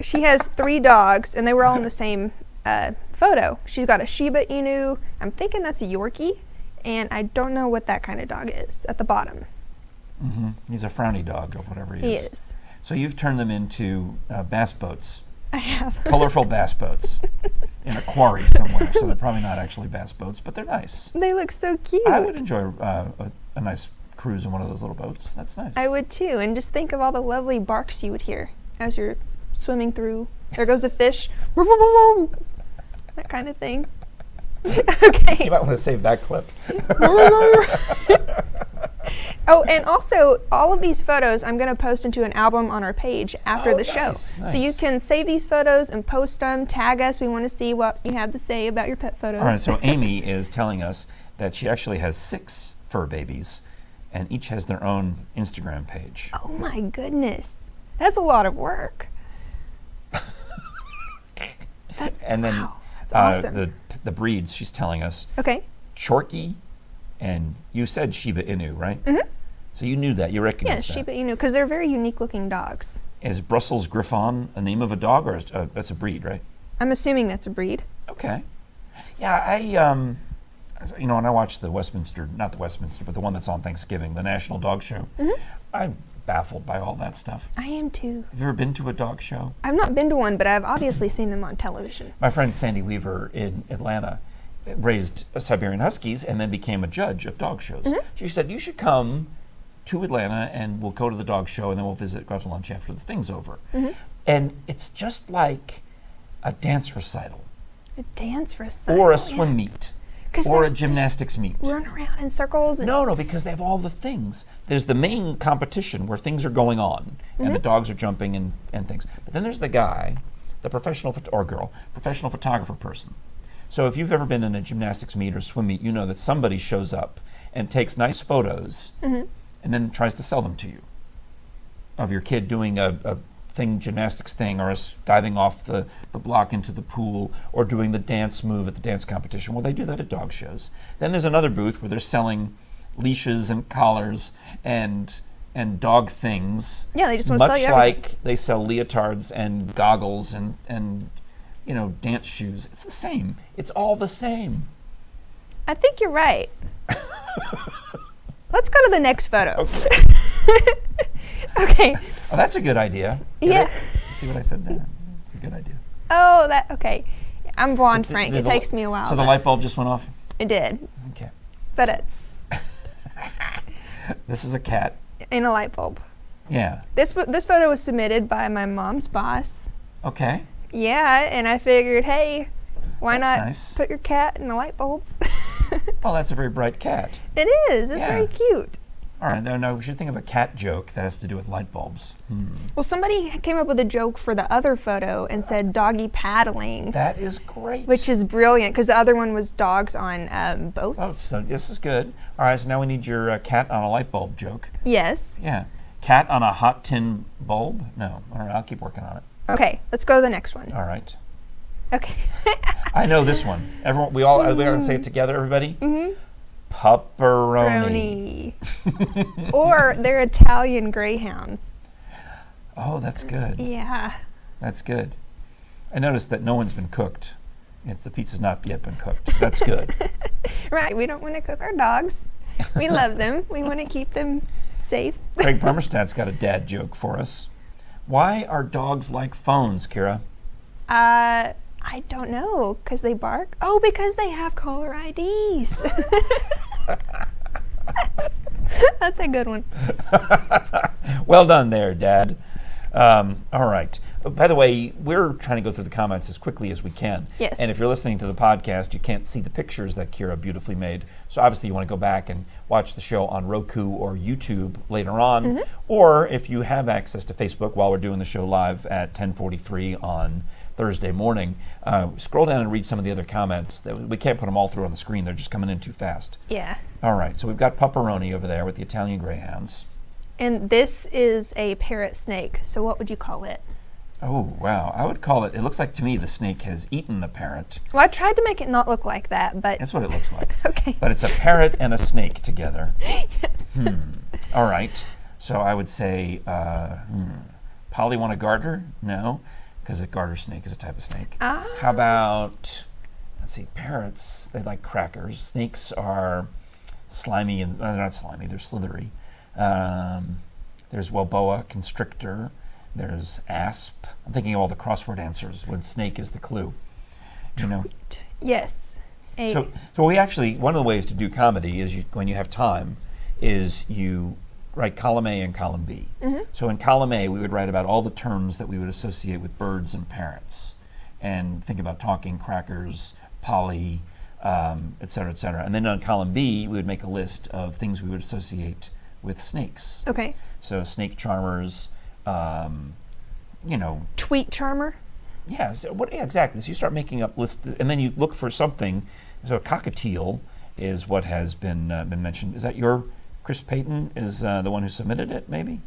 Speaker 2: she has three dogs, and they were all in the same uh, photo. She's got a Shiba Inu. I'm thinking that's a Yorkie, and I don't know what that kind of dog is at the bottom.
Speaker 1: He's a frowny dog or whatever he
Speaker 2: He
Speaker 1: is.
Speaker 2: is.
Speaker 1: So you've turned them into uh, bass boats,
Speaker 2: I have.
Speaker 1: colorful bass boats, in a quarry somewhere. So they're probably not actually bass boats, but they're nice.
Speaker 2: They look so cute.
Speaker 1: I would enjoy uh, a, a nice cruise in one of those little boats. That's nice.
Speaker 2: I would too. And just think of all the lovely barks you would hear as you're swimming through. There goes a fish. that kind of thing. okay.
Speaker 1: you might want to save that clip.
Speaker 2: Oh, and also, all of these photos I'm going to post into an album on our page after
Speaker 1: Oh,
Speaker 2: the show.
Speaker 1: nice,
Speaker 2: So you
Speaker 1: nice.
Speaker 2: can save these photos and post them, tag us. We want to see what you have to say about your pet photos.
Speaker 1: All right. So Amy is telling us that she actually has six fur babies, and each has their own Instagram page.
Speaker 2: oh my goodness. That's a lot of work. That's,
Speaker 1: And then
Speaker 2: wow, that's
Speaker 1: uh,
Speaker 2: awesome.
Speaker 1: the the breeds she's telling us
Speaker 2: okay.
Speaker 1: Chorky, and you said Shiba Inu, right? Mm-hmm. So you knew that. You
Speaker 2: Yeah,
Speaker 1: recognized that.
Speaker 2: Shiba Inu, because they're very unique looking dogs.
Speaker 1: Is Brussels Griffon a name of a dog, or is, uh, that's a breed, right?
Speaker 2: I'm assuming that's a breed.
Speaker 1: Okay. Yeah, I um, you know, when I watch the Westminster, not the Westminster, but the one that's on Thanksgiving, the National Dog Show,
Speaker 2: Mm-hmm.
Speaker 1: I'm baffled by all that stuff.
Speaker 2: I am too.
Speaker 1: Have you ever been to a dog show?
Speaker 2: I've not been to one, but I've obviously seen them on television.
Speaker 1: My friend Sandy Weaver in Atlanta uh, raised uh, Siberian Huskies and then became a judge of dog shows.
Speaker 2: Mm-hmm.
Speaker 1: She said, You should come to Atlanta and we'll go to the dog show and then we'll visit, go out to lunch after the thing's over.
Speaker 2: Mm-hmm.
Speaker 1: And it's just like a dance recital
Speaker 2: A dance recital.
Speaker 1: or a swim meet
Speaker 2: 'Cause
Speaker 1: or
Speaker 2: there's-
Speaker 1: a
Speaker 2: there's
Speaker 1: gymnastics meet.
Speaker 2: Run around in circles. And
Speaker 1: No, no, because they have all the things. There's the main competition where things are going on and the dogs are jumping and, and things. But then there's the guy, the professional phot- or girl, professional photographer person. So if you've ever been in a gymnastics meet or swim meet, you know that somebody shows up and takes nice photos and then tries to sell them to you of your kid doing a, a thing, gymnastics thing, or us diving off the, the block into the pool, or doing the dance move at the dance competition. Well, they do that at dog shows. Then there's another booth where they're selling leashes and collars and and dog things.
Speaker 2: Yeah, they just wanna
Speaker 1: much
Speaker 2: sell you everything.
Speaker 1: like they sell leotards and goggles and and you know dance shoes. It's the same. It's all the same.
Speaker 2: I think you're right. Let's go to the next photo. Okay.
Speaker 1: Oh, that's a good idea. Get
Speaker 2: Yeah.
Speaker 1: it? See what I said there? It's a good idea.
Speaker 2: Oh, that. Okay. I'm blonde,
Speaker 1: The-
Speaker 2: Frank.
Speaker 1: the-
Speaker 2: it
Speaker 1: the-
Speaker 2: takes me a while.
Speaker 1: So the
Speaker 2: but
Speaker 1: light bulb just went off.
Speaker 2: It did,
Speaker 1: Okay.
Speaker 2: but it's
Speaker 1: This is a cat.
Speaker 2: in a light bulb.
Speaker 1: Yeah.
Speaker 2: This w- this photo was submitted by my mom's boss.
Speaker 1: Okay.
Speaker 2: Yeah, and I figured, hey, why
Speaker 1: That's
Speaker 2: not
Speaker 1: nice.
Speaker 2: put your cat in a light bulb?
Speaker 1: Well, that's a very bright cat.
Speaker 2: It is. It's
Speaker 1: Yeah.
Speaker 2: very cute.
Speaker 1: All right. No, no. We should think of a cat joke that has to do with light bulbs. Hmm.
Speaker 2: Well, somebody came up with a joke for the other photo and said doggy paddling,
Speaker 1: That is great.
Speaker 2: which is brilliant because the other one was dogs on um, boats.
Speaker 1: oh, so this is good. All right. So now we need your uh, cat on a light bulb joke.
Speaker 2: Yes.
Speaker 1: Yeah. Cat on a hot tin bulb? No. All right. I'll keep working on it.
Speaker 2: Okay, let's go to the next one.
Speaker 1: All right.
Speaker 2: Okay.
Speaker 1: I know this one. Everyone, we all we gotta say it together. Everybody. Mm-hmm. Pepperoni.
Speaker 2: Brony. or they're Italian greyhounds.
Speaker 1: Oh, that's good.
Speaker 2: Yeah.
Speaker 1: That's good. I noticed that no one's been cooked If the pizza's not yet been cooked, that's good.
Speaker 2: Right. We don't want to cook our dogs. We love them. We want to keep them safe.
Speaker 1: Craig Permerstad's got a dad joke for us. Why are dogs like phones, Kira?
Speaker 2: Uh, I don't know, 'cause they bark. Oh, because they have caller IDs. That's a good one.
Speaker 1: Well done there, Dad. Um, all right. Uh, By the way, we're trying to go through the comments as quickly as we can.
Speaker 2: Yes.
Speaker 1: And if you're listening to the podcast, you can't see the pictures that Kira beautifully made. So obviously, you want to go back and watch the show on Roku or YouTube later on,
Speaker 2: Mm-hmm.
Speaker 1: or if you have access to Facebook while we're doing the show live at 10:43 on Thursday morning, uh, scroll down and read some of the other comments. That we can't put them all through on the screen; they're just coming in too fast.
Speaker 2: Yeah.
Speaker 1: All right. So we've got Pepperoni over there with the Italian Greyhounds.
Speaker 2: And this is a parrot snake. So what would you call it?
Speaker 1: Oh, wow. I would call it, it looks like to me the snake has eaten the parrot.
Speaker 2: Well, I tried to make it not look like that, but
Speaker 1: That's what it looks like.
Speaker 2: okay.
Speaker 1: But it's a parrot and a snake together. Yes. All right. So I would say, uh, hmm. Polly want a garter? No, because a garter snake is a type of snake. How about, let's see, parrots, they like crackers. Snakes are slimy and, uh, they're not slimy, they're slithery. Um, there's Walboa constrictor. There's asp. I'm thinking of all the crossword answers when snake is the clue. You know.
Speaker 2: yes. A,
Speaker 1: So, so we actually one of the ways to do comedy is you, when you have time, is you write column A and column B. So in column A, we would write about all the terms that we would associate with birds and parrots, and think about talking crackers, Polly, um, et cetera, et cetera. And then on column B, we would make a list of things we would associate with snakes.
Speaker 2: okay.
Speaker 1: So snake charmers, um, you know,
Speaker 2: Tweet charmer.
Speaker 1: yeah, so what yeah, exactly? So you start making up lists, and then you look for something. So a cockatiel is what has been uh, been mentioned. Is that your Chris Payton is uh, the one who submitted it? Maybe.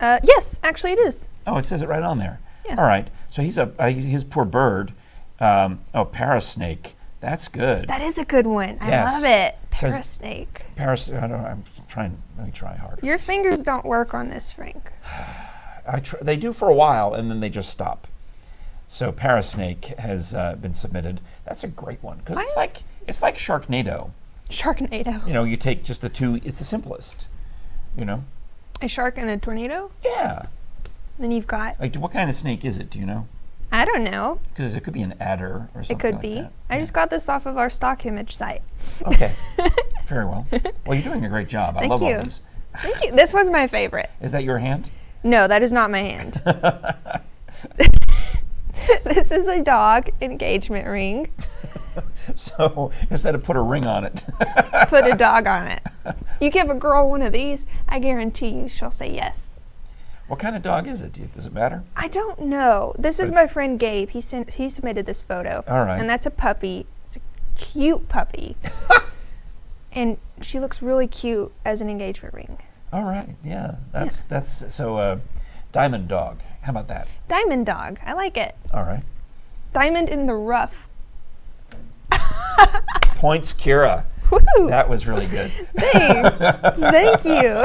Speaker 2: Uh, yes, actually it is.
Speaker 1: Oh, it says it right on there.
Speaker 2: Yeah.
Speaker 1: All right. So he's a uh, he's, his poor bird. Um, oh, parasnake. That's good.
Speaker 2: That is a good one. I love
Speaker 1: Yes,
Speaker 2: it.
Speaker 1: 'cause-
Speaker 2: Parrot snake.
Speaker 1: Paras. I don't, I'm trying. Let me try hard.
Speaker 2: Your fingers don't work on this, Frank.
Speaker 1: I tr- they do for a while and then they just stop. So parasnake has uh, been submitted. That's a great one because
Speaker 2: Mine's-
Speaker 1: it's like it's like Sharknado.
Speaker 2: Sharknado.
Speaker 1: you know, you take just the two, it's the simplest, you know?
Speaker 2: A shark and a tornado?
Speaker 1: Yeah.
Speaker 2: Then you've got,
Speaker 1: Like, what kind of snake is it? Do you know?
Speaker 2: I don't know.
Speaker 1: Because it could be an adder or something.
Speaker 2: It could
Speaker 1: like
Speaker 2: be.
Speaker 1: that.
Speaker 2: I just got this off of our stock image site.
Speaker 1: Okay. Very well. Well, you're doing a great job. I
Speaker 2: Thank
Speaker 1: love all
Speaker 2: you.
Speaker 1: these.
Speaker 2: Thank you. This one's my favorite.
Speaker 1: Is that your hand?
Speaker 2: No, that is not my hand. this is a dog engagement ring.
Speaker 1: So instead of put a ring on it,
Speaker 2: Put a dog on it. You give a girl one of these, I guarantee you she'll say yes.
Speaker 1: what kind of dog is it? Do you- Does it matter?
Speaker 2: I don't know. This is
Speaker 1: But-
Speaker 2: my friend Gabe. He sent he submitted this photo.
Speaker 1: All right.
Speaker 2: And that's a puppy. It's a cute puppy. and she looks really cute as an engagement ring.
Speaker 1: All right. Yeah. That's, that's, so, uh, diamond dog. How about that?
Speaker 2: Diamond dog. I like it.
Speaker 1: All right.
Speaker 2: Diamond in the rough.
Speaker 1: Points, Kira.
Speaker 2: Woo!
Speaker 1: That was really good.
Speaker 2: Thanks. Thank you.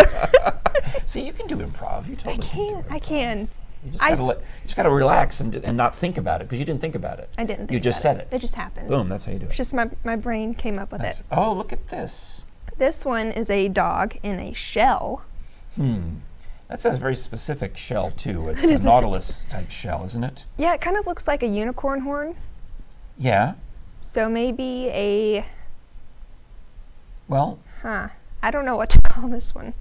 Speaker 1: See, you can do improv. You totally can. do
Speaker 2: Can- I can.
Speaker 1: You just
Speaker 2: I
Speaker 1: gotta,
Speaker 2: s-
Speaker 1: let, you just gotta relax and, and not think about it because you didn't think about it.
Speaker 2: I didn't. Think
Speaker 1: You just
Speaker 2: about
Speaker 1: said it.
Speaker 2: It just happened.
Speaker 1: Boom. That's how you do it.
Speaker 2: It's just my, my brain came up with
Speaker 1: That's-
Speaker 2: it.
Speaker 1: oh, look at this.
Speaker 2: This one is a dog in a shell. Hmm.
Speaker 1: That's a very specific shell too. It's a nautilus type shell, isn't it?
Speaker 2: Yeah, it kind of looks like a unicorn horn.
Speaker 1: Yeah.
Speaker 2: So maybe a
Speaker 1: Well,
Speaker 2: huh. I don't know what to call this one.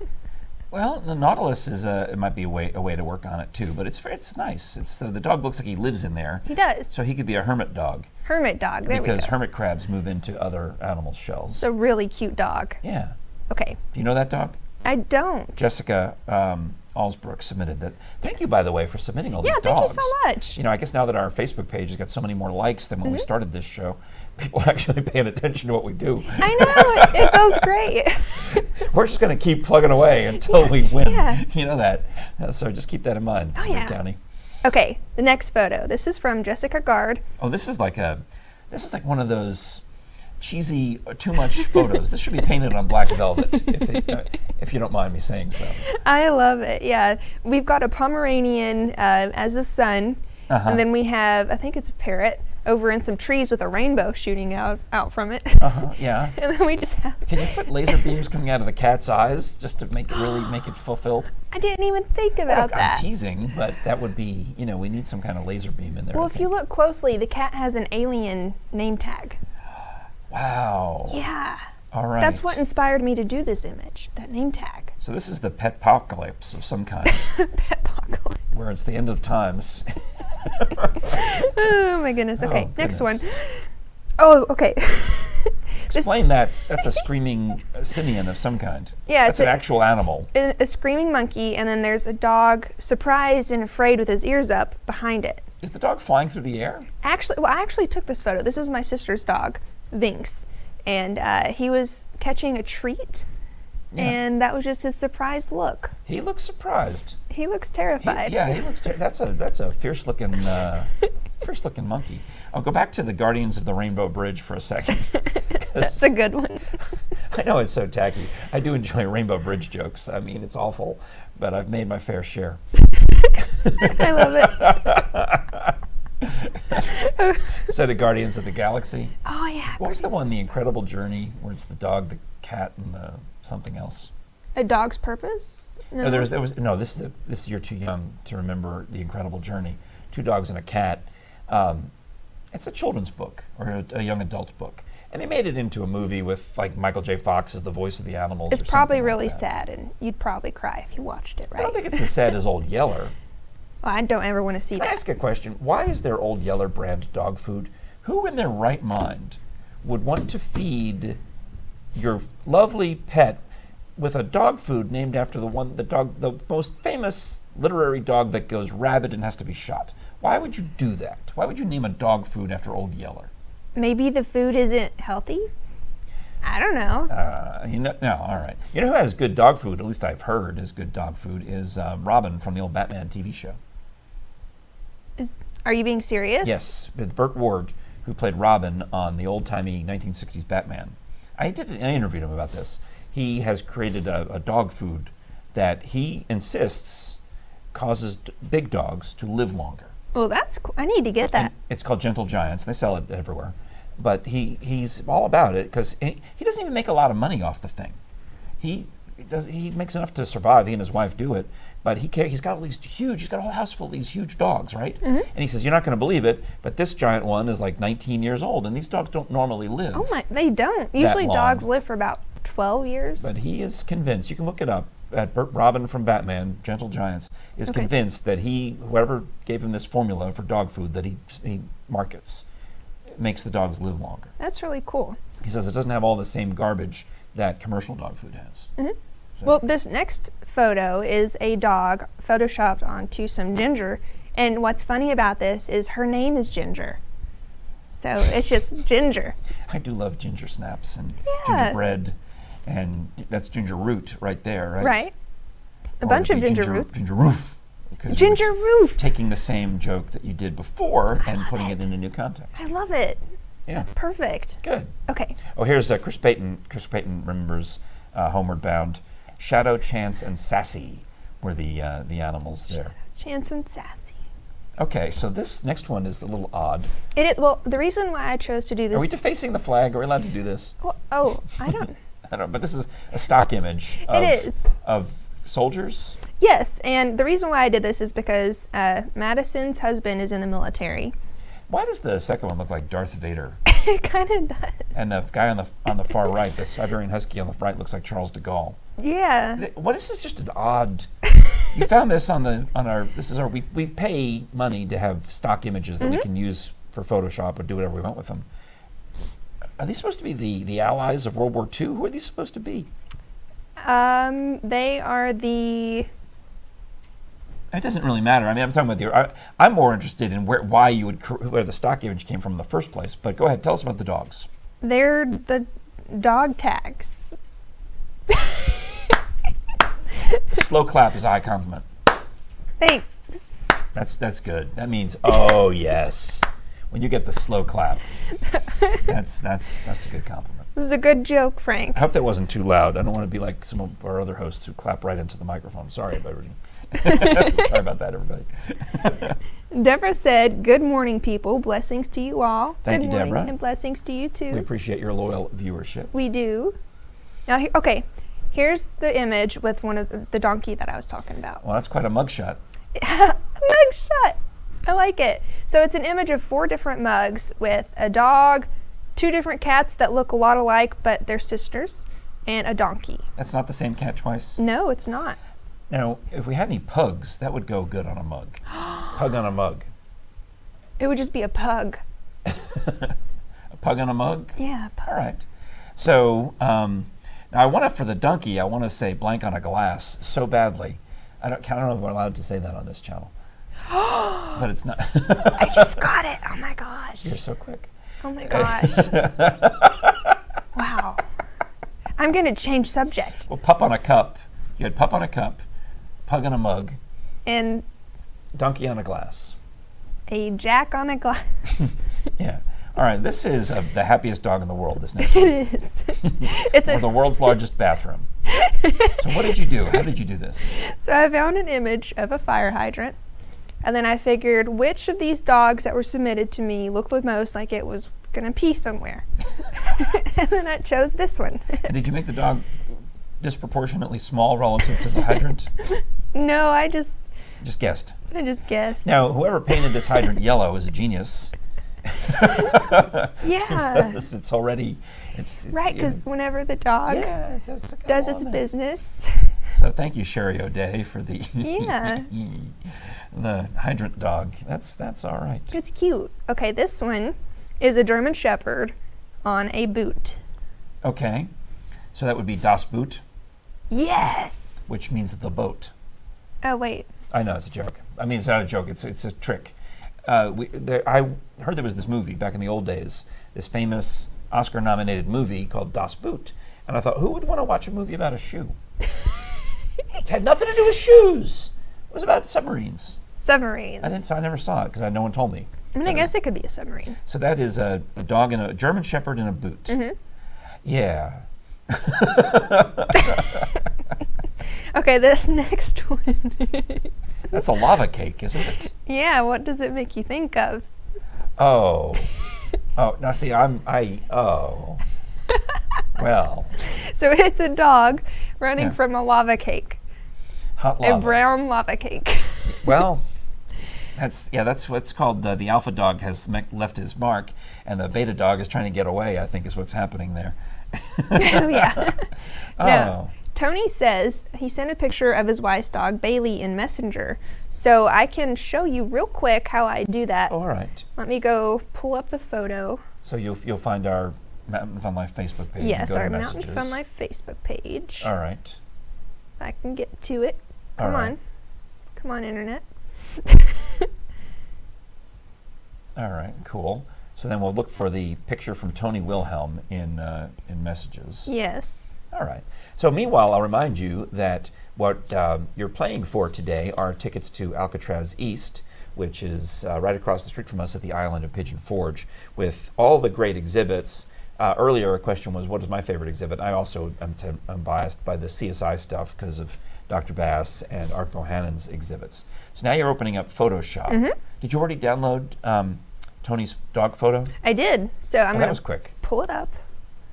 Speaker 1: well, the nautilus is a. It might be a way a way to work on it too. But it's ver- it's nice. It's uh, the dog looks like he lives in there.
Speaker 2: He does.
Speaker 1: So he could be a hermit dog
Speaker 2: Hermit dog. There
Speaker 1: because
Speaker 2: we go.
Speaker 1: hermit crabs move into other animals' shells.
Speaker 2: it's a really cute dog.
Speaker 1: yeah.
Speaker 2: Okay.
Speaker 1: Do you know that dog?
Speaker 2: I don't.
Speaker 1: Jessica um, Allsbrook submitted that. Thank you, by the way, for submitting all
Speaker 2: Yeah,
Speaker 1: these
Speaker 2: thank you
Speaker 1: dogs.
Speaker 2: so much.
Speaker 1: You know, I guess now that our Facebook page has got so many more likes than when
Speaker 2: Mm-hmm.
Speaker 1: we started this show, people are actually paying attention to what we do.
Speaker 2: I know. it, it goes great.
Speaker 1: We're just going to keep plugging away until we win.
Speaker 2: yeah.
Speaker 1: You know that. Uh, so just keep that in mind, oh,
Speaker 2: yeah.
Speaker 1: County.
Speaker 2: okay. The next photo. This is from Jessica Gard.
Speaker 1: Oh, this is like a, this is like one of those cheesy, uh, too much photos. This should be painted on black velvet, if, it, uh, if you don't mind me saying so.
Speaker 2: I love it. Yeah,
Speaker 1: Uh-huh.
Speaker 2: we've got a Pomeranian uh, as a son, and then we have I think it's a parrot, over in some trees with a rainbow shooting out out from it.
Speaker 1: Uh-huh, yeah.
Speaker 2: and then we just have.
Speaker 1: Can you put laser beams coming out of the cat's eyes just to make it really make it fulfilled?
Speaker 2: I didn't even think about
Speaker 1: I'm
Speaker 2: that.
Speaker 1: teasing, but that would be, you know, we need some kind of laser beam in there.
Speaker 2: Well,
Speaker 1: I
Speaker 2: if you
Speaker 1: think.
Speaker 2: look closely, the cat has an alien name tag.
Speaker 1: Wow.
Speaker 2: Yeah.
Speaker 1: All right.
Speaker 2: That's what inspired me to do this image, that name tag.
Speaker 1: So this is the pet apocalypse of some kind,
Speaker 2: Petpocalypse.
Speaker 1: where it's the end of times.
Speaker 2: Oh my goodness. Okay,
Speaker 1: Oh,
Speaker 2: next one.
Speaker 1: goodness.
Speaker 2: Oh, okay. this
Speaker 1: Explain that. That's a screaming uh, simian of some kind.
Speaker 2: Yeah,
Speaker 1: That's
Speaker 2: it's
Speaker 1: an
Speaker 2: a-
Speaker 1: actual animal.
Speaker 2: is a screaming monkey, and then there's a dog surprised and afraid with his ears up behind it.
Speaker 1: Is the dog flying through the air?
Speaker 2: Actually, well, I actually took this photo. This is my sister's dog, Vinx, and uh, he was catching a treat, and that was just his surprised look.
Speaker 1: He looks surprised.
Speaker 2: He looks
Speaker 1: He-
Speaker 2: terrified.
Speaker 1: yeah, he looks. Ter- that's a that's a fierce looking uh, fierce looking monkey. I'll go back to the Guardians of the Rainbow Bridge for a second.
Speaker 2: That's a good one.
Speaker 1: I know it's so tacky. I do enjoy Rainbow Bridge jokes. I mean, it's awful, but I've made my fair share.
Speaker 2: I love it.
Speaker 1: So the Guardians of the Galaxy.
Speaker 2: Oh yeah.
Speaker 1: What was the one? The Incredible Journey, where it's the dog, the cat, and the something else.
Speaker 2: A dog's purpose? No.
Speaker 1: No, Oh, there was, there was no. This is a, this is you're too young to remember the Incredible Journey. Two dogs and a cat. Um, it's a children's book or a, a young adult book, and they made it into a movie with like Michael J. Fox as the voice of the animals.
Speaker 2: it's
Speaker 1: or
Speaker 2: probably
Speaker 1: something like
Speaker 2: really
Speaker 1: that.
Speaker 2: sad, and you'd probably cry if you watched it, right?
Speaker 1: I don't think it's as sad as Old Yeller.
Speaker 2: Well, I don't ever want to see
Speaker 1: Can I
Speaker 2: that.
Speaker 1: ask a question? Why is there Old Yeller brand dog food? Who in their right mind would want to feed your lovely pet with a dog food named after the one, the dog, the most famous literary dog that goes rabid and has to be shot? Why would you do that? Why would you name a dog food after Old Yeller?
Speaker 2: Maybe the food isn't healthy. I don't know.
Speaker 1: Uh, you know, no, all right. You know who has good dog food? At least I've heard is good dog food is um, Robin from the old Batman TV show.
Speaker 2: Is, are you being serious?
Speaker 1: Yes, with Burt Ward, who played Robin on the old timey 1960s Batman. I did an I interviewed him about this. He has created a, a dog food that he insists causes d- big dogs to live longer.
Speaker 2: Well, that's cool. I need to get that.
Speaker 1: It's called Gentle Giants. They sell it everywhere. But he, he's all about it because he, he doesn't even make a lot of money off the thing. He does he makes enough to survive. He and his wife do it, but he ca- he's got all these huge. He's got a whole house full of these huge dogs, right?
Speaker 2: Mm-hmm.
Speaker 1: And he says, "You're not going to believe it, but this giant one is like 19 years old, and these dogs don't normally live."
Speaker 2: oh my, they don't. Usually
Speaker 1: long.
Speaker 2: dogs live for about 12 years.
Speaker 1: But he is convinced. You can look it up. At Bert Robin from Batman, Gentle Giants, is
Speaker 2: Okay.
Speaker 1: convinced that he, whoever gave him this formula for dog food that he, he markets, makes the dogs live longer.
Speaker 2: that's really cool.
Speaker 1: He says it doesn't have all the same garbage that commercial dog food has.
Speaker 2: Mm-hmm. Well, this next photo is a dog photoshopped onto some ginger. And what's funny about this is her name is Ginger. So it's just Ginger.
Speaker 1: I do love ginger snaps and
Speaker 2: Yeah.
Speaker 1: gingerbread, and that's ginger root right there, right?
Speaker 2: Right? A
Speaker 1: Or
Speaker 2: bunch
Speaker 1: it'd
Speaker 2: of
Speaker 1: be
Speaker 2: ginger roots.
Speaker 1: Ginger roof. because you were
Speaker 2: Ginger roof.
Speaker 1: Taking the same joke that you did before and putting it. in a new context.
Speaker 2: I love it.
Speaker 1: Yeah.
Speaker 2: That's perfect.
Speaker 1: Good.
Speaker 2: Okay.
Speaker 1: Oh, here's uh, Chris Payton. Chris Payton remembers uh, Homeward Bound, Shadow, Chance, and Sassy were the uh, the animals there.
Speaker 2: Chance and Sassy.
Speaker 1: Okay, so this next one is a little odd.
Speaker 2: It, i- well, the reason why I chose to do
Speaker 1: Are
Speaker 2: this.
Speaker 1: we defacing the flag? Are we allowed to do this?
Speaker 2: well, oh, I don't.
Speaker 1: I don't know, but this is a stock image. Of,
Speaker 2: is.
Speaker 1: Of soldiers?
Speaker 2: yes, and the reason why I did this is because uh, Madison's husband is in the military.
Speaker 1: Why does the second one look like Darth Vader?
Speaker 2: it kind of does.
Speaker 1: And the guy on the on the far right, the Siberian Husky on the right, looks like Charles de Gaulle.
Speaker 2: Yeah.
Speaker 1: Th- What is this? Just an odd. you found this on the on our. This is our. We we pay money to have stock images that we can use for Photoshop or do whatever we want with them. Are these supposed to be the the allies of World War II? Who are these supposed to be?
Speaker 2: Um, they are the.
Speaker 1: It doesn't really matter. I mean, I'm talking about the. I, I'm more interested in where why you would cr- where the stock image came from in the first place. But go ahead, tell us about the dogs.
Speaker 2: They're the dog tags.
Speaker 1: Slow clap is a high compliment.
Speaker 2: Thanks.
Speaker 1: That's that's good. That means oh yes. When you get the slow clap, that's that's that's a good compliment.
Speaker 2: was a good joke, Frank.
Speaker 1: I hope that wasn't too loud. I don't want to be like some of our other hosts who clap right into the microphone. Sorry, everybody. Sorry about that, everybody.
Speaker 2: Deborah said, Good morning, people. Blessings to you all.
Speaker 1: Thank
Speaker 2: good
Speaker 1: you,
Speaker 2: morning,
Speaker 1: Deborah.
Speaker 2: And blessings to you, too.
Speaker 1: We appreciate your loyal viewership.
Speaker 2: We do. Now, he- okay, here's the image with one of the, the donkey that I was talking about.
Speaker 1: Well, that's quite a mugshot.
Speaker 2: Mug shot. I like it. So it's an image of four different mugs with a dog, two different cats that look a lot alike but they're sisters, and a donkey.
Speaker 1: That's not the same cat twice.
Speaker 2: No, it's not.
Speaker 1: Now, if we had any pugs, that would go good on a mug. Pug on a mug.
Speaker 2: It would just be a pug.
Speaker 1: A pug on a mug?
Speaker 2: Yeah, a pug.
Speaker 1: All right. So um, now I want to, for the donkey, I want to say blank on a glass so badly. I don't, I don't know if we're allowed to say that on this channel. but it's not.
Speaker 2: I just got it. Oh my gosh.
Speaker 1: You're so quick.
Speaker 2: Oh my gosh. wow. I'm going to change subject.
Speaker 1: Well, pup on a cup. You had pup on a cup, pug on a mug,
Speaker 2: And
Speaker 1: donkey on a glass.
Speaker 2: a jack on a glass.
Speaker 1: Yeah. All right. This is uh, the happiest dog in the world. This next one,
Speaker 2: It's
Speaker 1: or
Speaker 2: a
Speaker 1: the world's largest bathroom. So what did you do? How did you do this?
Speaker 2: So I found an image of a fire hydrant, and then I figured which of these dogs that were submitted to me looked the most like it was gonna pee somewhere. and then I chose this one.
Speaker 1: And did you make the dog disproportionately small relative to the hydrant?
Speaker 2: no, I just
Speaker 1: Just guessed.
Speaker 2: I just guessed.
Speaker 1: Now, whoever painted this hydrant yellow is a genius.
Speaker 2: Yeah.
Speaker 1: This- it's already, it's, it's
Speaker 2: right,
Speaker 1: you know,
Speaker 2: because whenever the dog
Speaker 1: yeah, it's, it's got
Speaker 2: does
Speaker 1: all
Speaker 2: its
Speaker 1: that.
Speaker 2: business,
Speaker 1: So thank you, Sherry O'Day, for the
Speaker 2: Yeah.
Speaker 1: the hydrant dog. That's that's all right.
Speaker 2: it's cute. Okay, this one is a German Shepherd on a boot.
Speaker 1: Okay, so that would be Das Boot,
Speaker 2: Yes.
Speaker 1: which means the boat.
Speaker 2: Oh wait.
Speaker 1: I know it's a joke. I mean, it's not a joke. It's it's a trick. Uh, we, there, I heard there was this movie back in the old days, this famous Oscar-nominated movie called Das Boot, and I thought, who would want to watch a movie about a shoe? it had nothing to do with shoes. It was about submarines.
Speaker 2: Submarine.
Speaker 1: I didn't. So I never saw it because no one told me.
Speaker 2: I mean, I guess it could be a submarine.
Speaker 1: So that is a, a dog and a German Shepherd in a boot.
Speaker 2: Mm-hmm.
Speaker 1: Yeah.
Speaker 2: Okay, this next one.
Speaker 1: That's a lava cake, isn't it?
Speaker 2: yeah, what does it make you think of?
Speaker 1: Oh. Oh, now see, I'm, I, oh. Well,
Speaker 2: So it's a dog running
Speaker 1: Yeah.
Speaker 2: from a lava cake,
Speaker 1: hot lava.
Speaker 2: a brown lava cake.
Speaker 1: Well, that's, yeah, that's what's called the, the alpha dog has me- left his mark, and the beta dog is trying to get away, I think is what's happening there.
Speaker 2: oh yeah.
Speaker 1: Oh.
Speaker 2: No. Tony says he sent a picture of his wife's dog Bailey in Messenger, so I can show you real quick how I do that.
Speaker 1: Oh, All right.
Speaker 2: Let me go pull up the photo.
Speaker 1: So you'll, you'll find our Mountain Fun Life Facebook page. and
Speaker 2: yes,
Speaker 1: go to
Speaker 2: our Mountain Fun
Speaker 1: messages.
Speaker 2: Life Facebook page.
Speaker 1: All right.
Speaker 2: I can get to it.
Speaker 1: All
Speaker 2: Come
Speaker 1: right.
Speaker 2: on, come on, internet.
Speaker 1: All right, cool. So then we'll look for the picture from Tony Wilhelm in uh, in messages.
Speaker 2: Yes.
Speaker 1: All right. So meanwhile, I'll remind you that what um, you're playing for today are tickets to Alcatraz East, which is uh, right across the street from us at the island of Pigeon Forge, with all the great exhibits. Uh, earlier, a question was, "What is my favorite exhibit?" I also am, t- am biased by the CSI stuff because of Dr. Bass and Art Bohannon's exhibits. So now you're opening up Photoshop. Did you already download um, Tony's dog photo?
Speaker 2: I did. So I'm
Speaker 1: Oh,
Speaker 2: gonna
Speaker 1: that was quick.
Speaker 2: pull it up.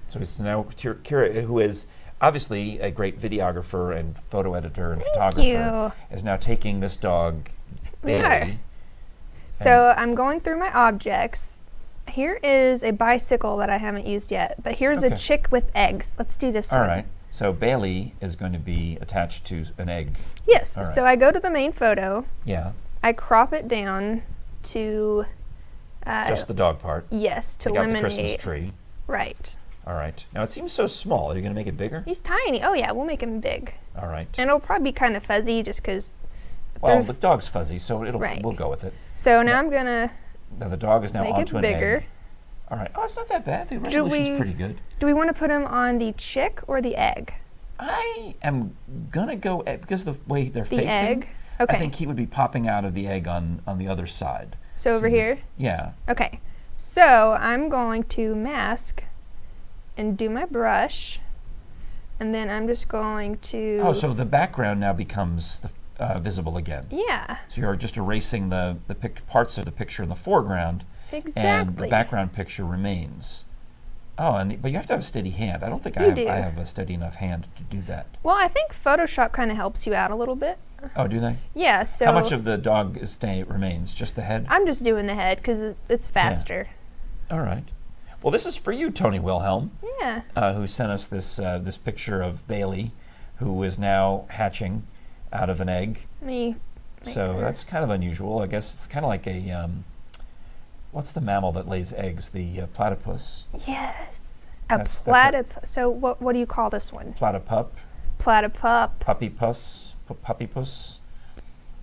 Speaker 1: So it's now Tir- Kira, who is obviously a great videographer and photo editor and photographer, is now taking this dog.
Speaker 2: We
Speaker 1: Bailey.
Speaker 2: are. So I'm going through my objects. Here is a bicycle that I haven't used yet, but here's
Speaker 1: Okay.
Speaker 2: a chick with eggs. Let's do this
Speaker 1: All
Speaker 2: one.
Speaker 1: right. So Bailey is going to be attached to an egg.
Speaker 2: Yes.
Speaker 1: All
Speaker 2: So I go to the main photo.
Speaker 1: Yeah.
Speaker 2: I crop it down to uh,
Speaker 1: just the dog part.
Speaker 2: yes
Speaker 1: Take
Speaker 2: to
Speaker 1: out the
Speaker 2: eliminate
Speaker 1: Christmas tree.
Speaker 2: right.
Speaker 1: All right. Now it seems so small. Are you going to make it bigger?
Speaker 2: He's tiny. Oh yeah, we'll make him big,
Speaker 1: All right.
Speaker 2: and it'll probably be kind of fuzzy just because.
Speaker 1: Well,
Speaker 2: there's-
Speaker 1: the dog's fuzzy, so it'll
Speaker 2: Right.
Speaker 1: we'll go with it.
Speaker 2: So now I'm gonna.
Speaker 1: Now the dog is now
Speaker 2: Make it
Speaker 1: onto an
Speaker 2: bigger.
Speaker 1: egg. All right. Oh, it's not that bad. The resolution's
Speaker 2: we-
Speaker 1: pretty good.
Speaker 2: Do we want to put him on the chick or the egg?
Speaker 1: I am gonna go e- because of the way they're
Speaker 2: The
Speaker 1: facing.
Speaker 2: egg?
Speaker 1: I
Speaker 2: Okay.
Speaker 1: think he would be popping out of the egg on on the other side.
Speaker 2: So over
Speaker 1: the-
Speaker 2: here.
Speaker 1: Yeah.
Speaker 2: Okay. So I'm going to mask and do my brush. And then I'm just going to.
Speaker 1: Oh, so the background now becomes the, uh, visible again.
Speaker 2: yeah,
Speaker 1: So you're just erasing the, the pic- parts of the picture in the foreground, and the
Speaker 2: Exactly.
Speaker 1: background picture remains. Oh, and the, but you have to have a steady hand. I don't think I
Speaker 2: You
Speaker 1: have,
Speaker 2: do.
Speaker 1: I have a steady enough hand to do that.
Speaker 2: Well, I think Photoshop kind of helps you out a little bit.
Speaker 1: Oh, do they?
Speaker 2: Yeah, so
Speaker 1: How much of the dog is stay remains? Just the head?
Speaker 2: I'm just doing the head because it's faster.
Speaker 1: All right. Well, this is for you, Tony Wilhelm,
Speaker 2: Yeah.
Speaker 1: uh, who sent us this uh, this picture of Bailey, who is now hatching out of an egg.
Speaker 2: Me.
Speaker 1: so that's kind of unusual. I guess it's kind of like a um, what's the mammal that lays eggs? The uh, platypus,
Speaker 2: Yes. A
Speaker 1: That's- that's a-
Speaker 2: platyp. so what? What do you call this one?
Speaker 1: platypup,
Speaker 2: Platypup.
Speaker 1: puppy pus, pu- puppy pus,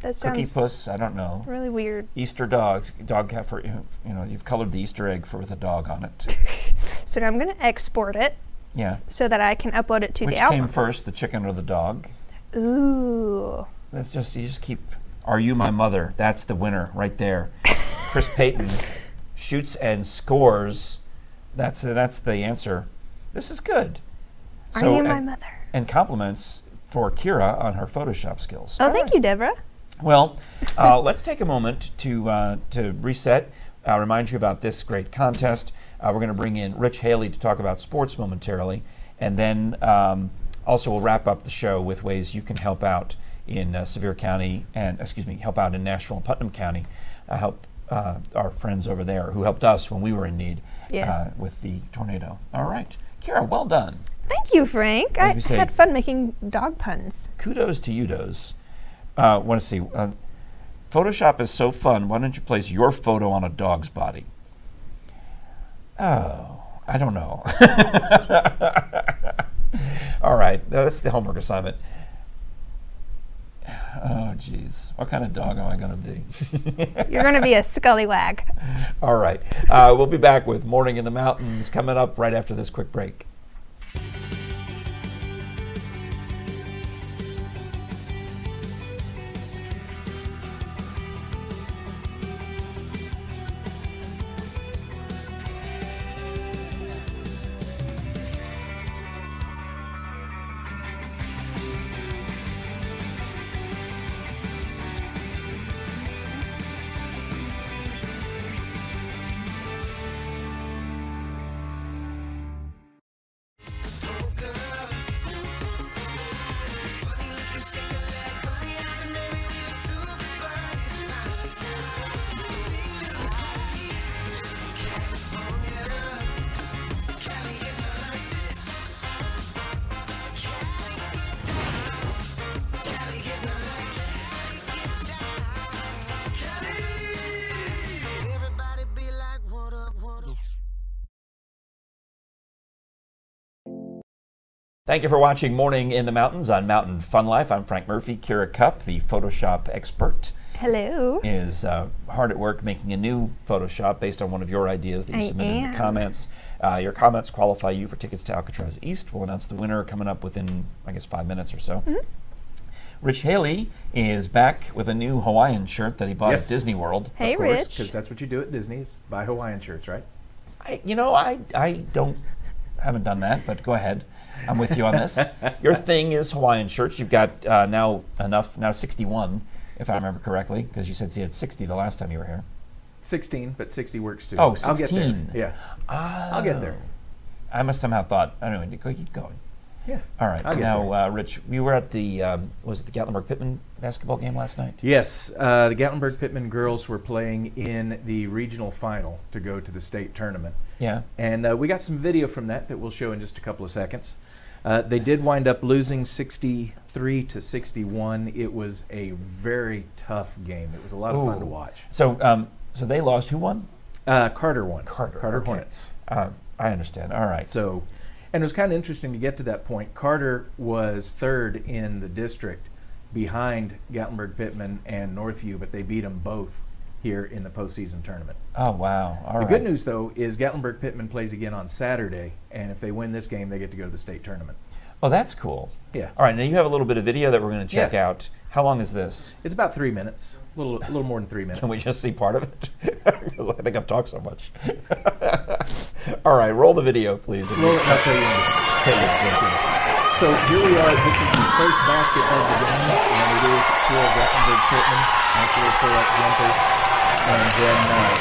Speaker 2: That
Speaker 1: cookie
Speaker 2: sounds
Speaker 1: puss. I don't know.
Speaker 2: really weird.
Speaker 1: Easter dogs, dog cat for you know. You've colored the Easter egg for with a dog on it.
Speaker 2: So now I'm gonna export it
Speaker 1: Yeah.
Speaker 2: so that I can upload it to
Speaker 1: Which
Speaker 2: the
Speaker 1: came
Speaker 2: album.
Speaker 1: first, the chicken or the dog?
Speaker 2: Ooh.
Speaker 1: That's just you just keep. Are you my mother? That's the winner right there. Chris Payton shoots and scores. That's uh, that's the answer. This is good.
Speaker 2: Are
Speaker 1: So,
Speaker 2: you my
Speaker 1: and-
Speaker 2: mother?
Speaker 1: And compliments for Kira on her Photoshop skills.
Speaker 2: Oh, thank you, Deborah.
Speaker 1: Well, uh, let's take a moment to uh, to reset. Uh, remind you about this great contest. Uh, we're going to bring in Rich Haley to talk about sports momentarily, and then um, also we'll wrap up the show with ways you can help out in uh, Sevier County and excuse me, help out in Nashville and Putnam County. Uh, help uh, our friends over there who helped us when we were in need
Speaker 2: Yes.
Speaker 1: uh, with the tornado. All right, Kira, well done.
Speaker 2: Thank you, Frank. I
Speaker 1: you say-
Speaker 2: had fun making dog puns.
Speaker 1: kudos to you, Doze. Uh, Want to see? Uh, Photoshop is so fun. Why don't you place your photo on a dog's body? Oh, I don't know. All right, that's the homework assignment. Oh, jeez. What kind of dog am I going to be?
Speaker 2: You're gonna be a scullywag.
Speaker 1: All right. Uh, we'll be back with Morning in the Mountains coming up right after this quick break.
Speaker 7: Everybody be like, what up, what up?
Speaker 1: Thank you for watching Morning in the Mountains on Mountain Fun Life. I'm Frank Murphy. Kira Cupp, the Photoshop expert,
Speaker 2: Hello.
Speaker 1: is uh, hard at work making a new Photoshop based on one of your ideas that you
Speaker 2: I
Speaker 1: submitted in
Speaker 2: am.
Speaker 1: the comments. Uh, your comments qualify you for tickets to Alcatraz East. We'll announce the winner coming up within, I guess, five minutes or so.
Speaker 2: Mm-hmm.
Speaker 1: Rich Haley is back with a new Hawaiian shirt that he bought
Speaker 8: Yes.
Speaker 1: at Disney World.
Speaker 2: Hey, Rich.
Speaker 8: Because that's what you do at Disney's. Buy Hawaiian shirts, right?
Speaker 1: I, you know, I, I don't haven't done that, but go ahead. I'm with you on this. Your thing is Hawaiian shirts. You've got uh, now enough now 61, if I remember correctly, because you said you had 60 the last time you were here.
Speaker 8: 16, but 60 works too.
Speaker 1: Oh,
Speaker 8: I'll get there.
Speaker 1: 16.
Speaker 8: Yeah. I'll get there.
Speaker 1: I must somehow thought. Anyway, go- keep going.
Speaker 8: Yeah.
Speaker 1: All right.
Speaker 8: I'll
Speaker 1: so
Speaker 8: get
Speaker 1: now,
Speaker 8: there.
Speaker 1: uh, Rich, we were at the um, was it the Gatlinburg Pittman basketball game last night?
Speaker 8: Yes, uh, the Gatlinburg Pittman girls were playing in the regional final to go to the state tournament.
Speaker 1: Yeah.
Speaker 8: And uh, we got some video from that that we'll show in just a couple of seconds. Uh, they did wind up losing 63 to 61. It was a very tough game. It was a lot of fun to
Speaker 1: Ooh.
Speaker 8: watch.
Speaker 1: So um, so they lost. Who won?
Speaker 8: Uh, Carter won.
Speaker 1: Carter,
Speaker 8: Carter
Speaker 1: okay.
Speaker 8: Hornets.
Speaker 1: Uh, I understand. All right.
Speaker 8: So, and it was kind of interesting to get to that point. Carter was third in the district behind Gatlinburg Pittman and Northview, but they beat them both here in the postseason tournament.
Speaker 1: oh wow. All right.
Speaker 8: the good news, though, is Gatlinburg Pittman plays again on Saturday, and if they win this game, they get to go to the state tournament.
Speaker 1: Oh, that's cool.
Speaker 8: Yeah.
Speaker 1: All right. Now you have a little bit of video that we're going to check
Speaker 8: Yeah.
Speaker 1: out. How long is this?
Speaker 8: It's about three minutes, a little, a little more than three minutes.
Speaker 1: Can we just see part of it? because I think I've talked so much. All right, roll the video, please. and
Speaker 8: Well,
Speaker 1: just
Speaker 8: I'll tell you when it's-
Speaker 1: take this video.
Speaker 8: So here we are. This is the first basket of the game, and it is for Gatlinburg Pittman. Nice little pull-up jumper, and then uh,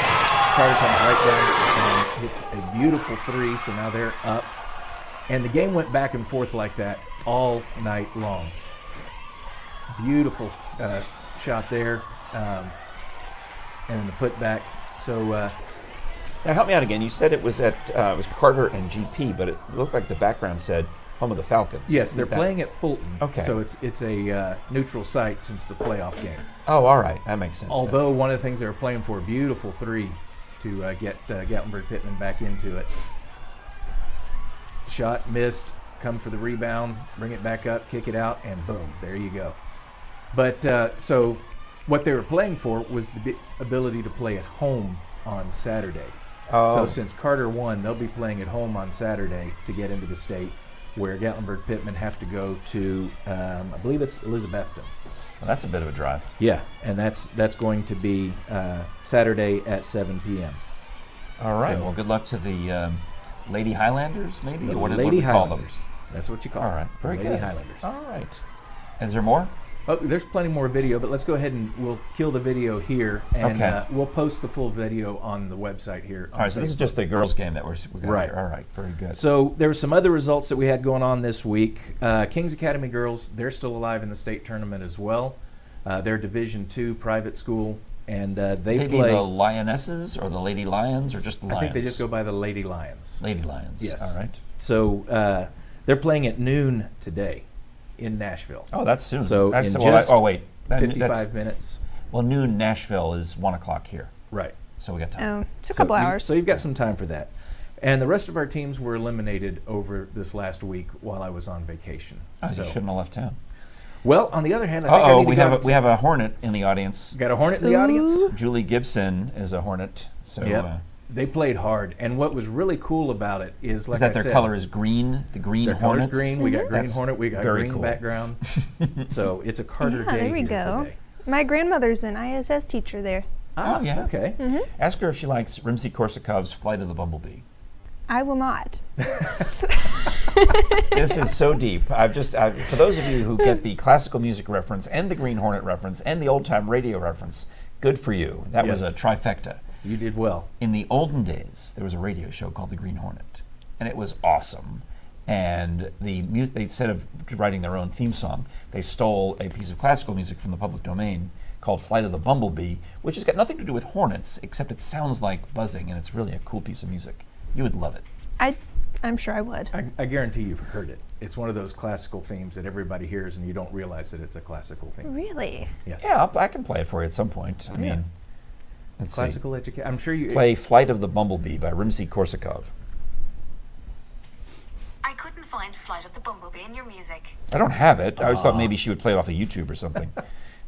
Speaker 8: Carter comes right down and hits a beautiful three. So now they're up, and the game went back and forth like that all night long. Beautiful uh, shot there, um, and the putback. So uh,
Speaker 1: Now help me out again. You said it was at uh, it was Carter and GP, but it looked like the background said home of the Falcons.
Speaker 8: yes, they're
Speaker 1: That-
Speaker 8: playing at Fulton.
Speaker 1: Okay.
Speaker 8: So it's it's a uh, neutral site since the playoff game.
Speaker 1: Oh, all right, that makes sense. then.
Speaker 8: Although one of the things they were playing for, a beautiful three to uh, get uh, Gatlinburg Pittman back into it. Shot missed, come for the rebound, bring it back up, kick it out, and boom, there you go. But uh, so what they were playing for was the bi- ability to play at home on Saturday.
Speaker 1: Oh.
Speaker 8: So since Carter won, they'll be playing at home on Saturday to get into the state, where Gatlinburg Pittman have to go to, um, I believe it's Elizabethton.
Speaker 1: Well, that's a bit of a drive.
Speaker 8: Yeah, and that's that's going to be uh, Saturday at 7 p.m.
Speaker 1: All right.
Speaker 8: So-
Speaker 1: well, good luck to the um, Lady Highlanders, maybe.
Speaker 8: The
Speaker 1: Or what, do- what do
Speaker 8: Lady
Speaker 1: we call them?
Speaker 8: Highlanders. That's what you call.
Speaker 1: All
Speaker 8: them,
Speaker 1: right.
Speaker 8: the
Speaker 1: Very
Speaker 8: Lady
Speaker 1: good.
Speaker 8: Highlanders.
Speaker 1: All right. Is there more?
Speaker 8: Oh, there's plenty more video, but let's go ahead and we'll kill the video here, and
Speaker 1: Okay.
Speaker 8: uh, we'll post the full video on the website here.
Speaker 1: All right. So this is just the girls' game that we're, we got
Speaker 8: Right.
Speaker 1: Here. All right. Very good.
Speaker 8: So there were some other results that we had going on this week. Uh, Kings Academy girls, they're still alive in the state tournament as well. Uh, they're Division two private school, and uh, they
Speaker 1: maybe
Speaker 8: play.
Speaker 1: the lionesses or the lady lions or just the lions.
Speaker 8: I think they just go by the Lady Lions.
Speaker 1: lady lions.
Speaker 8: Yes.
Speaker 1: All right.
Speaker 8: So uh, they're playing at noon today in Nashville.
Speaker 1: Oh, that's soon.
Speaker 8: So
Speaker 1: that's,
Speaker 8: in
Speaker 1: well, I-
Speaker 8: just
Speaker 1: oh wait. That- that's-
Speaker 8: 55 minutes.
Speaker 1: Well, noon Nashville is one o'clock here,
Speaker 8: Right.
Speaker 1: so we got time.
Speaker 2: Oh, it's a couple
Speaker 8: so you-
Speaker 2: hours.
Speaker 8: so you've got some time for that. And the rest of our teams were eliminated over this last week while I was on vacation.
Speaker 1: Oh,
Speaker 8: So-
Speaker 1: you shouldn't have left town.
Speaker 8: Well, on the other hand, I
Speaker 1: Uh
Speaker 8: think I
Speaker 1: oh,
Speaker 8: need
Speaker 1: we
Speaker 8: to go
Speaker 1: have a,
Speaker 8: out-
Speaker 1: we have a hornet in the audience.
Speaker 8: got a hornet in the audience.
Speaker 1: Julie Gibson is a hornet. So
Speaker 8: Yep.
Speaker 1: uh,
Speaker 8: they played hard, and what was really cool about it is, like
Speaker 1: is that
Speaker 8: I
Speaker 1: their
Speaker 8: said,
Speaker 1: color is green? The green
Speaker 8: their
Speaker 1: hornets.
Speaker 8: color's
Speaker 1: Mm-hmm.
Speaker 8: green. We got green
Speaker 1: That's
Speaker 8: hornet. We got
Speaker 1: very
Speaker 8: green
Speaker 1: cool.
Speaker 8: background. so it's a Carter
Speaker 2: Yeah,
Speaker 8: day
Speaker 2: Ah, there we
Speaker 8: here
Speaker 2: go.
Speaker 8: today. Ah,
Speaker 2: My grandmother's an ISS teacher there.
Speaker 1: Oh yeah.
Speaker 8: Okay.
Speaker 1: Ask her if she likes Rimsky Korsakov's Flight of the Bumblebee.
Speaker 2: I will not.
Speaker 1: this is so deep. I've just i for those of you who get the classical music reference and the Green Hornet reference and the old time radio reference, good for you. That was a
Speaker 8: Yes.
Speaker 1: trifecta.
Speaker 8: You did well.
Speaker 1: In the olden days, there was a radio show called The Green Hornet, and it was awesome. And the music, they, instead of writing their own theme song, they stole a piece of classical music from the public domain called Flight of the Bumblebee, which has got nothing to do with hornets, except it sounds like buzzing, and it's really a cool piece of music. You would love it.
Speaker 2: I, I'm sure I would.
Speaker 8: I, I guarantee you've heard it. It's one of those classical themes that everybody hears and you don't realize that it's a classical theme.
Speaker 2: Really?
Speaker 8: Yes.
Speaker 1: Yeah, I'll, I can play it for you at some point. I mean, let's see.
Speaker 8: Classical education. I'm sure you.
Speaker 1: play Flight of the Bumblebee by Rimsky Korsakov.
Speaker 9: I couldn't find Flight of the Bumblebee in your music.
Speaker 1: I don't have it. I always thought maybe she would play it off of YouTube or something.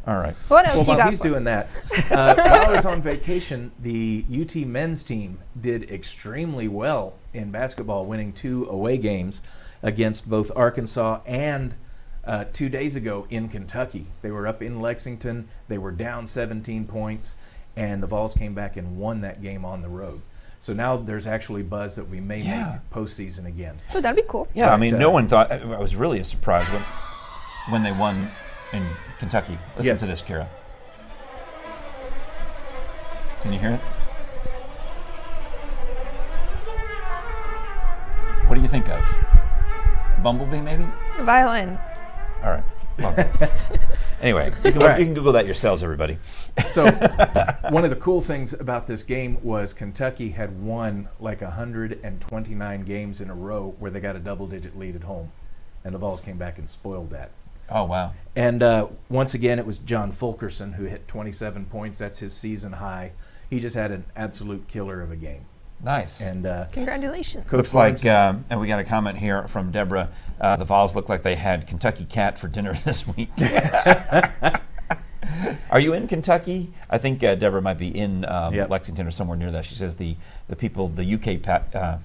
Speaker 1: All right.
Speaker 2: What else
Speaker 8: Well,
Speaker 2: you
Speaker 8: while
Speaker 2: got?
Speaker 8: he's
Speaker 2: for-
Speaker 8: doing that, uh, while I was on vacation, the UT men's team did extremely well in basketball, winning two away games against both Arkansas and uh, two days ago in Kentucky. They were up in Lexington. They were down 17 points, and the Vols came back and won that game on the road. So now there's actually buzz that we may
Speaker 1: Yeah.
Speaker 8: make postseason again.
Speaker 2: Oh, that'd be cool.
Speaker 1: Yeah, I mean,
Speaker 8: But, uh,
Speaker 1: no one thought. I I was really surprised when when they won in Kentucky. Listen
Speaker 8: Yes.
Speaker 1: to this, Kira. Can you hear it? What do you think of? Bumblebee, maybe?
Speaker 2: Violin.
Speaker 1: All right. Bumblebee. anyway, you can, look-
Speaker 8: Right.
Speaker 1: you can Google that yourselves, everybody.
Speaker 8: So, one of the cool things about this game was Kentucky had won like 129 games in a row where they got a double digit lead at home. And the Vols came back and spoiled that.
Speaker 1: Oh, wow.
Speaker 8: And uh, once again, it was John Fulkerson who hit 27 points. That's his season high. He just had an absolute killer of a game.
Speaker 1: Nice.
Speaker 8: And uh,
Speaker 2: Congratulations.
Speaker 8: Coach
Speaker 1: Looks like,
Speaker 8: Lawrence-
Speaker 1: um, and we got a comment here from Deborah. Uh, the Vols look like they had Kentucky Cat for dinner this week. Are you in Kentucky? I think uh, Deborah might be in um,
Speaker 8: Yep.
Speaker 1: Lexington or somewhere near that. She says the, the people, the UK, pat, uh,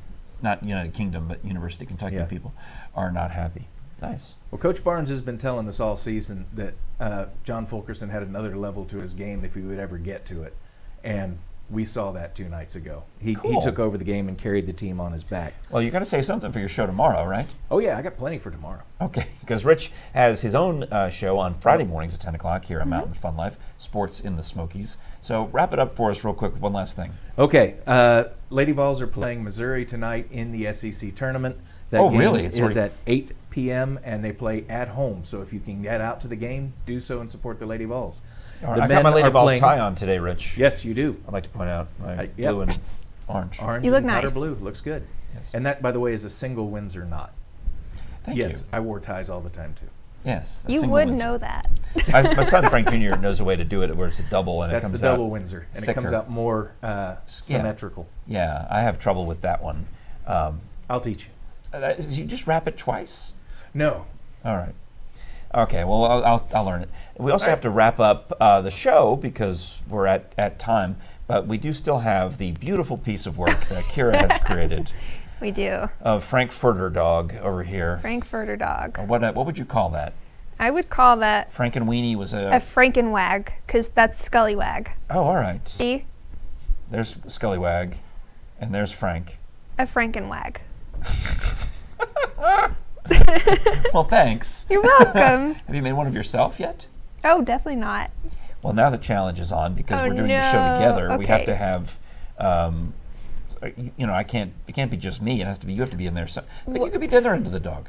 Speaker 1: not United Kingdom, but University of Kentucky
Speaker 8: Yeah.
Speaker 1: people, are not happy. Nice.
Speaker 8: Well, Coach Barnes has been telling us all season that uh, John Fulkerson had another level to his game if he would ever get to it, and we saw that two nights ago. He, he
Speaker 1: Cool.
Speaker 8: took over the game and carried the team on his back.
Speaker 1: Well, you're going to say something for your show tomorrow, right?
Speaker 8: Oh yeah, I got plenty for tomorrow.
Speaker 1: Okay, because Rich has his own uh, show on Friday mornings at 10 o'clock here on
Speaker 8: Mm-hmm.
Speaker 1: Mountain Fun Life, Sports in the Smokies. So wrap it up for us real quick with one last thing.
Speaker 8: Okay, uh, Lady Vols are playing Missouri tonight in the SEC tournament. That
Speaker 1: Oh,
Speaker 8: game
Speaker 1: really? It's
Speaker 8: is
Speaker 1: already-
Speaker 8: at 8 p.m. and they play at home. So if you can get out to the game, do so and support the Lady Vols.
Speaker 1: All right,
Speaker 8: the
Speaker 1: I got my
Speaker 8: men
Speaker 1: Lady
Speaker 8: are
Speaker 1: Balls
Speaker 8: playing-
Speaker 1: tie on today, Rich.
Speaker 8: Yes, you do.
Speaker 1: I'd like to point out my
Speaker 8: Uh, yep.
Speaker 1: blue and orange.
Speaker 8: Orange
Speaker 2: You look
Speaker 8: and powder
Speaker 2: nice.
Speaker 8: blue looks good.
Speaker 1: Yes.
Speaker 8: And that, by the way, is a single Windsor knot.
Speaker 1: Thank
Speaker 8: yes,
Speaker 1: you.
Speaker 8: I wore ties all the time too.
Speaker 1: Yes. the
Speaker 2: You
Speaker 1: single
Speaker 2: would
Speaker 1: Windsor.
Speaker 2: know that.
Speaker 1: I, my son Frank Jr. knows a way to do it where it's a double and
Speaker 8: That's
Speaker 1: it
Speaker 8: the
Speaker 1: comes
Speaker 8: double
Speaker 1: out.
Speaker 8: Windsor, and it comes
Speaker 1: thicker.
Speaker 8: out more uh, symmetrical.
Speaker 1: Yeah, I have trouble with that one. Um,
Speaker 8: I'll teach you.
Speaker 1: uh, you just wrap it twice.
Speaker 8: No,
Speaker 1: All right. Okay. Well, I'll, I'll, I'll learn it. We also have to wrap up uh, the show because we're at, at time, but we do still have the beautiful piece of work that Kira has created
Speaker 2: We do.
Speaker 1: of Frankfurter dog over here.
Speaker 2: Frankfurter dog.
Speaker 1: What uh, what would you call that?
Speaker 2: I would call that
Speaker 1: Frank and Weenie was a.
Speaker 2: a Frankenwag, because that's Scullywag.
Speaker 1: oh, all right.
Speaker 2: See?
Speaker 1: There's Scullywag, and there's Frank.
Speaker 2: A Frankenwag.
Speaker 1: Well, thanks.
Speaker 2: You're welcome.
Speaker 1: Have you made one of yourself yet?
Speaker 2: oh, definitely not.
Speaker 1: Well, now the challenge is on because
Speaker 2: Oh,
Speaker 1: we're doing the show
Speaker 2: no.
Speaker 1: together. We have
Speaker 2: Okay.
Speaker 1: to have, um, s- uh, y- you know, I can't. It can't be just me. It has to be. You have to be in there. So, but you could be the other end of the dog.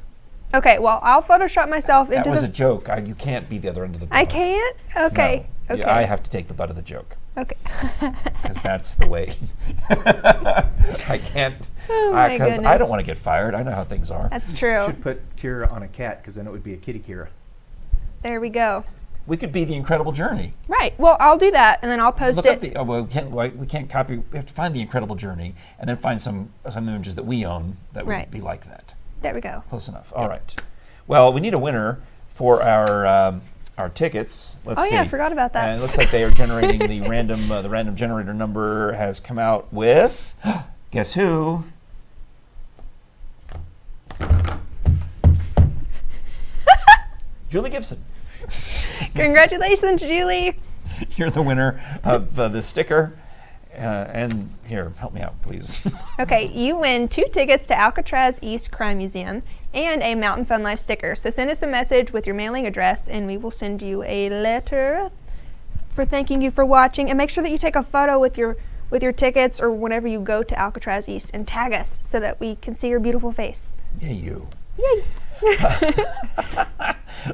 Speaker 2: Okay, well, I'll Photoshop myself
Speaker 1: That
Speaker 2: into
Speaker 1: was
Speaker 2: the.
Speaker 1: a joke. I, you can't be the other end of the dog.
Speaker 2: I can't?
Speaker 1: No.
Speaker 2: Okay.
Speaker 1: Yeah,
Speaker 2: Okay.
Speaker 1: I have to take the butt of the joke
Speaker 2: okay.
Speaker 1: because that's the way. I can't.
Speaker 2: Oh,
Speaker 1: I-
Speaker 2: my
Speaker 1: I don't
Speaker 2: goodness.
Speaker 1: want to get fired. I know how things are.
Speaker 2: That's true.
Speaker 8: should put Kira on a cat because then it would be a kitty Kira.
Speaker 2: There we go.
Speaker 1: We could be the Incredible Journey.
Speaker 2: Right. Well, I'll do that and then I'll post
Speaker 1: Look
Speaker 2: it.
Speaker 1: up the. Oh, well, we can't. wait, We can't copy. We have to find the Incredible Journey and then find some some images that we own that
Speaker 2: Right.
Speaker 1: would be like that.
Speaker 2: there we go.
Speaker 1: Close enough. All right. Well, we need a winner for our um, our tickets. Let's
Speaker 2: Oh,
Speaker 1: see.
Speaker 2: yeah, I forgot about that.
Speaker 1: And it looks like they are generating the random uh, the random generator number has come out with guess who? Julie Gibson.
Speaker 2: Congratulations, Julie.
Speaker 1: You're the winner of uh, the sticker. Uh, and here, help me out, please.
Speaker 2: Okay, you win two tickets to Alcatraz East Crime Museum and a Mountain Fun Life sticker. So send us a message with your mailing address and we will send you a letter for thanking you for watching and make sure that you take a photo with your with your tickets or whenever you go to Alcatraz East and tag us so that we can see your beautiful face.
Speaker 1: Yeah, you. Yay.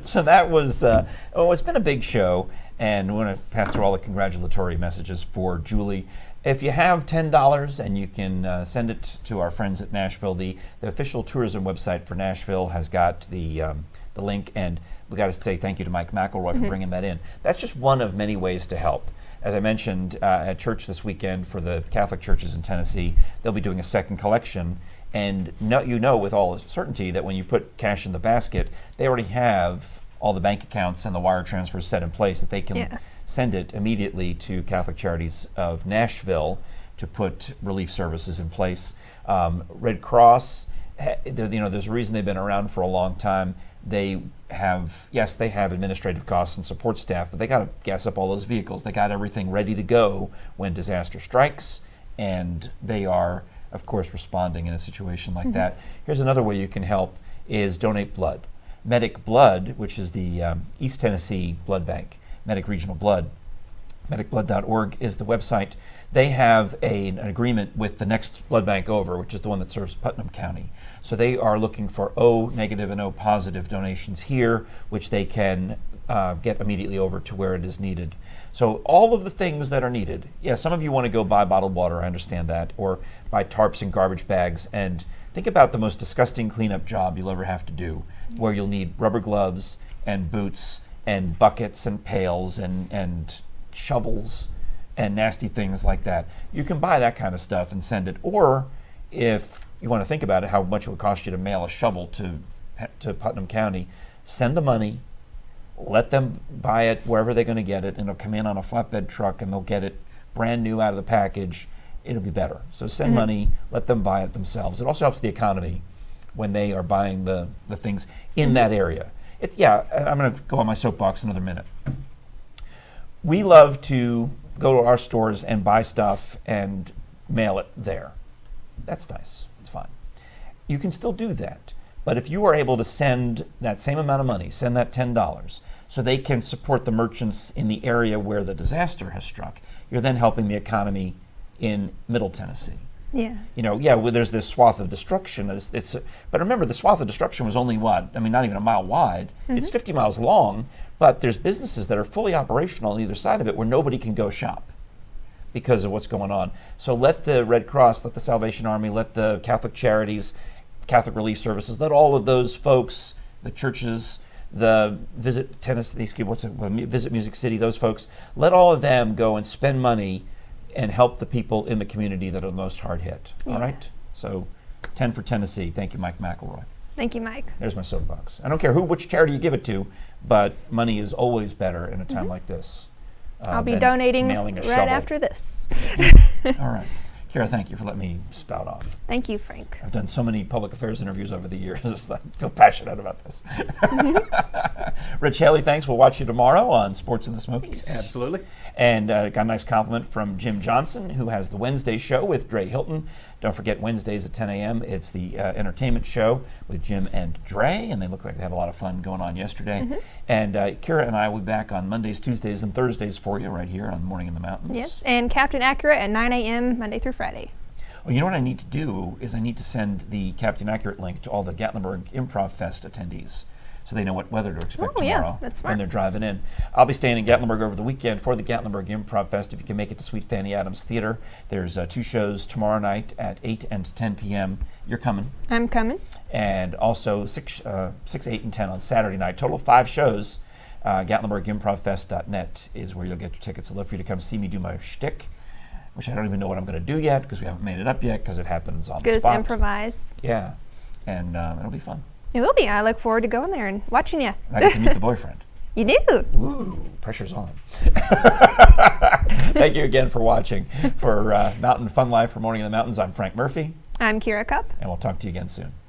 Speaker 1: so that was, uh, oh, it's been a big show, and we want to pass through all the congratulatory messages for Julie. If you have $10 and you can uh, send it to our friends at Nashville, the, the official tourism website for Nashville has got the, um, the link, and we got to say thank you to Mike McElroy for bringing that in. That's just one of many ways to help. As I mentioned uh, at church this weekend for the Catholic churches in Tennessee, they'll be doing a second collection and no, you know with all certainty that when you put cash in the basket, they already have all the bank accounts and the wire transfers set in place that they can
Speaker 2: Yeah.
Speaker 1: send it immediately to Catholic Charities of Nashville to put relief services in place. Um, Red Cross, ha- they're- you know, there's a reason they've been around for a long time. They have, yes, they have administrative costs and support staff, but they got to gas up all those vehicles. They got everything ready to go when disaster strikes and they are, of course, responding in a situation like that. Here's another way you can help: is donate blood. Medic Blood, which is the um, East Tennessee Blood Bank, Medic Regional Blood, medicblood.org is the website. They have a- an agreement with the next blood bank over, which is the one that serves Putnam County. So they are looking for O negative and O positive donations here, which they can uh, get immediately over to where it is needed. So all of the things that are needed. Yeah, some of you want to go buy bottled water. I understand that, or buy tarps and garbage bags. And think about the most disgusting cleanup job you'll ever have to do, where you'll need rubber gloves and boots and buckets and pails and and shovels and nasty things like that. You can buy that kind of stuff and send it. Or if you want to think about it, how much it would cost you to mail a shovel to to Putnam County, send the money. Let them buy it wherever they're going to get it, and it'll come in on a flatbed truck, and they'll get it brand new out of the package. It'll be better. So send money. Let them buy it themselves. It also helps the economy when they are buying the, the things in that area. It's yeah, I- I'm going to go on my soapbox another minute. We love to go to our stores and buy stuff and mail it there. That's nice. It's fine. You can still do that. But if you are able to send that same amount of money, send that $10, so they can support the merchants in the area where the disaster has struck, you're then helping the economy in Middle Tennessee
Speaker 2: Yeah.
Speaker 1: you know, yeah, well, there's this swath of destruction. It's, it's, but remember, the swath of destruction was only what? I mean, not even a mile wide. It's 50 miles long, but there's businesses that are fully operational on either side of it where nobody can go shop because of what's going on. So let the Red Cross, let the Salvation Army, let the Catholic Charities, Catholic Relief Services, let all of those folks, the churches, the Visit Tennessee, excuse me, what's it, well, Mu- Visit Music City, those folks, let all of them go and spend money and help the people in the community that are the most hard hit. All right? So 10 for Tennessee. Thank you, Mike McElroy.
Speaker 2: Thank you, Mike.
Speaker 1: There's my soapbox. I don't care who, which charity you give it to, but money is always better in a time like this. uh,
Speaker 2: Mm-hmm. I'll be
Speaker 1: than
Speaker 2: donating
Speaker 1: mailing
Speaker 2: right
Speaker 1: a shovel.
Speaker 2: after this.
Speaker 1: All right. Kara, thank you for letting me spout off.
Speaker 2: Thank you, Frank.
Speaker 1: I've done so many public affairs interviews over the years. it's like, I feel passionate about this. Rich Haley, thanks. We'll watch you tomorrow on Sports in the Smokies.
Speaker 3: Absolutely.
Speaker 1: And uh, got a nice compliment from Jim Johnson, who has the Wednesday show with Dre Hilton. Don't forget, Wednesdays at 10 a.m., it's the uh, entertainment show with Jim and Dre, and they look like they had a lot of fun going on yesterday. And uh, Kira and I will be back on Mondays, Tuesdays, and Thursdays for you right here on Morning in the Mountains.
Speaker 2: Yes, and Captain Accurate at 9 a.m. Monday through Friday.
Speaker 1: Well, you know what I need to do is I need to send the Captain Accurate link to all the Gatlinburg Improv Fest attendees so they know what weather to expect
Speaker 2: Oh, yeah,
Speaker 1: tomorrow
Speaker 2: that's
Speaker 1: when
Speaker 2: smart.
Speaker 1: they're driving in. I'll be staying in Gatlinburg over the weekend for the Gatlinburg Improv Fest. If you can make it to Sweet Fanny Adams Theater, there's uh, two shows tomorrow night at 8 and 10 p.m. You're coming
Speaker 2: I'm coming.
Speaker 1: and also six, uh, 6, 8, and 10 on Saturday night. Total of five shows. Uh, GatlinburgImprovFest.net is where you'll get your tickets. I'd love for you to come see me do my shtick, which I don't even know what I'm going to do yet because we haven't made it up yet because it happens on
Speaker 2: Because
Speaker 1: the
Speaker 2: it's
Speaker 1: spot.
Speaker 2: improvised.
Speaker 1: Yeah, and um, it'll be fun.
Speaker 2: It will be. I look forward to going there and watching you.
Speaker 1: And I get to meet the boyfriend.
Speaker 2: You do.
Speaker 1: Ooh, pressure's on. Thank you again for watching. For uh, Mountain Fun Life for Morning in the Mountains, I'm Frank Murphy,
Speaker 2: I'm Kira Cup.
Speaker 1: and we'll talk to you again soon.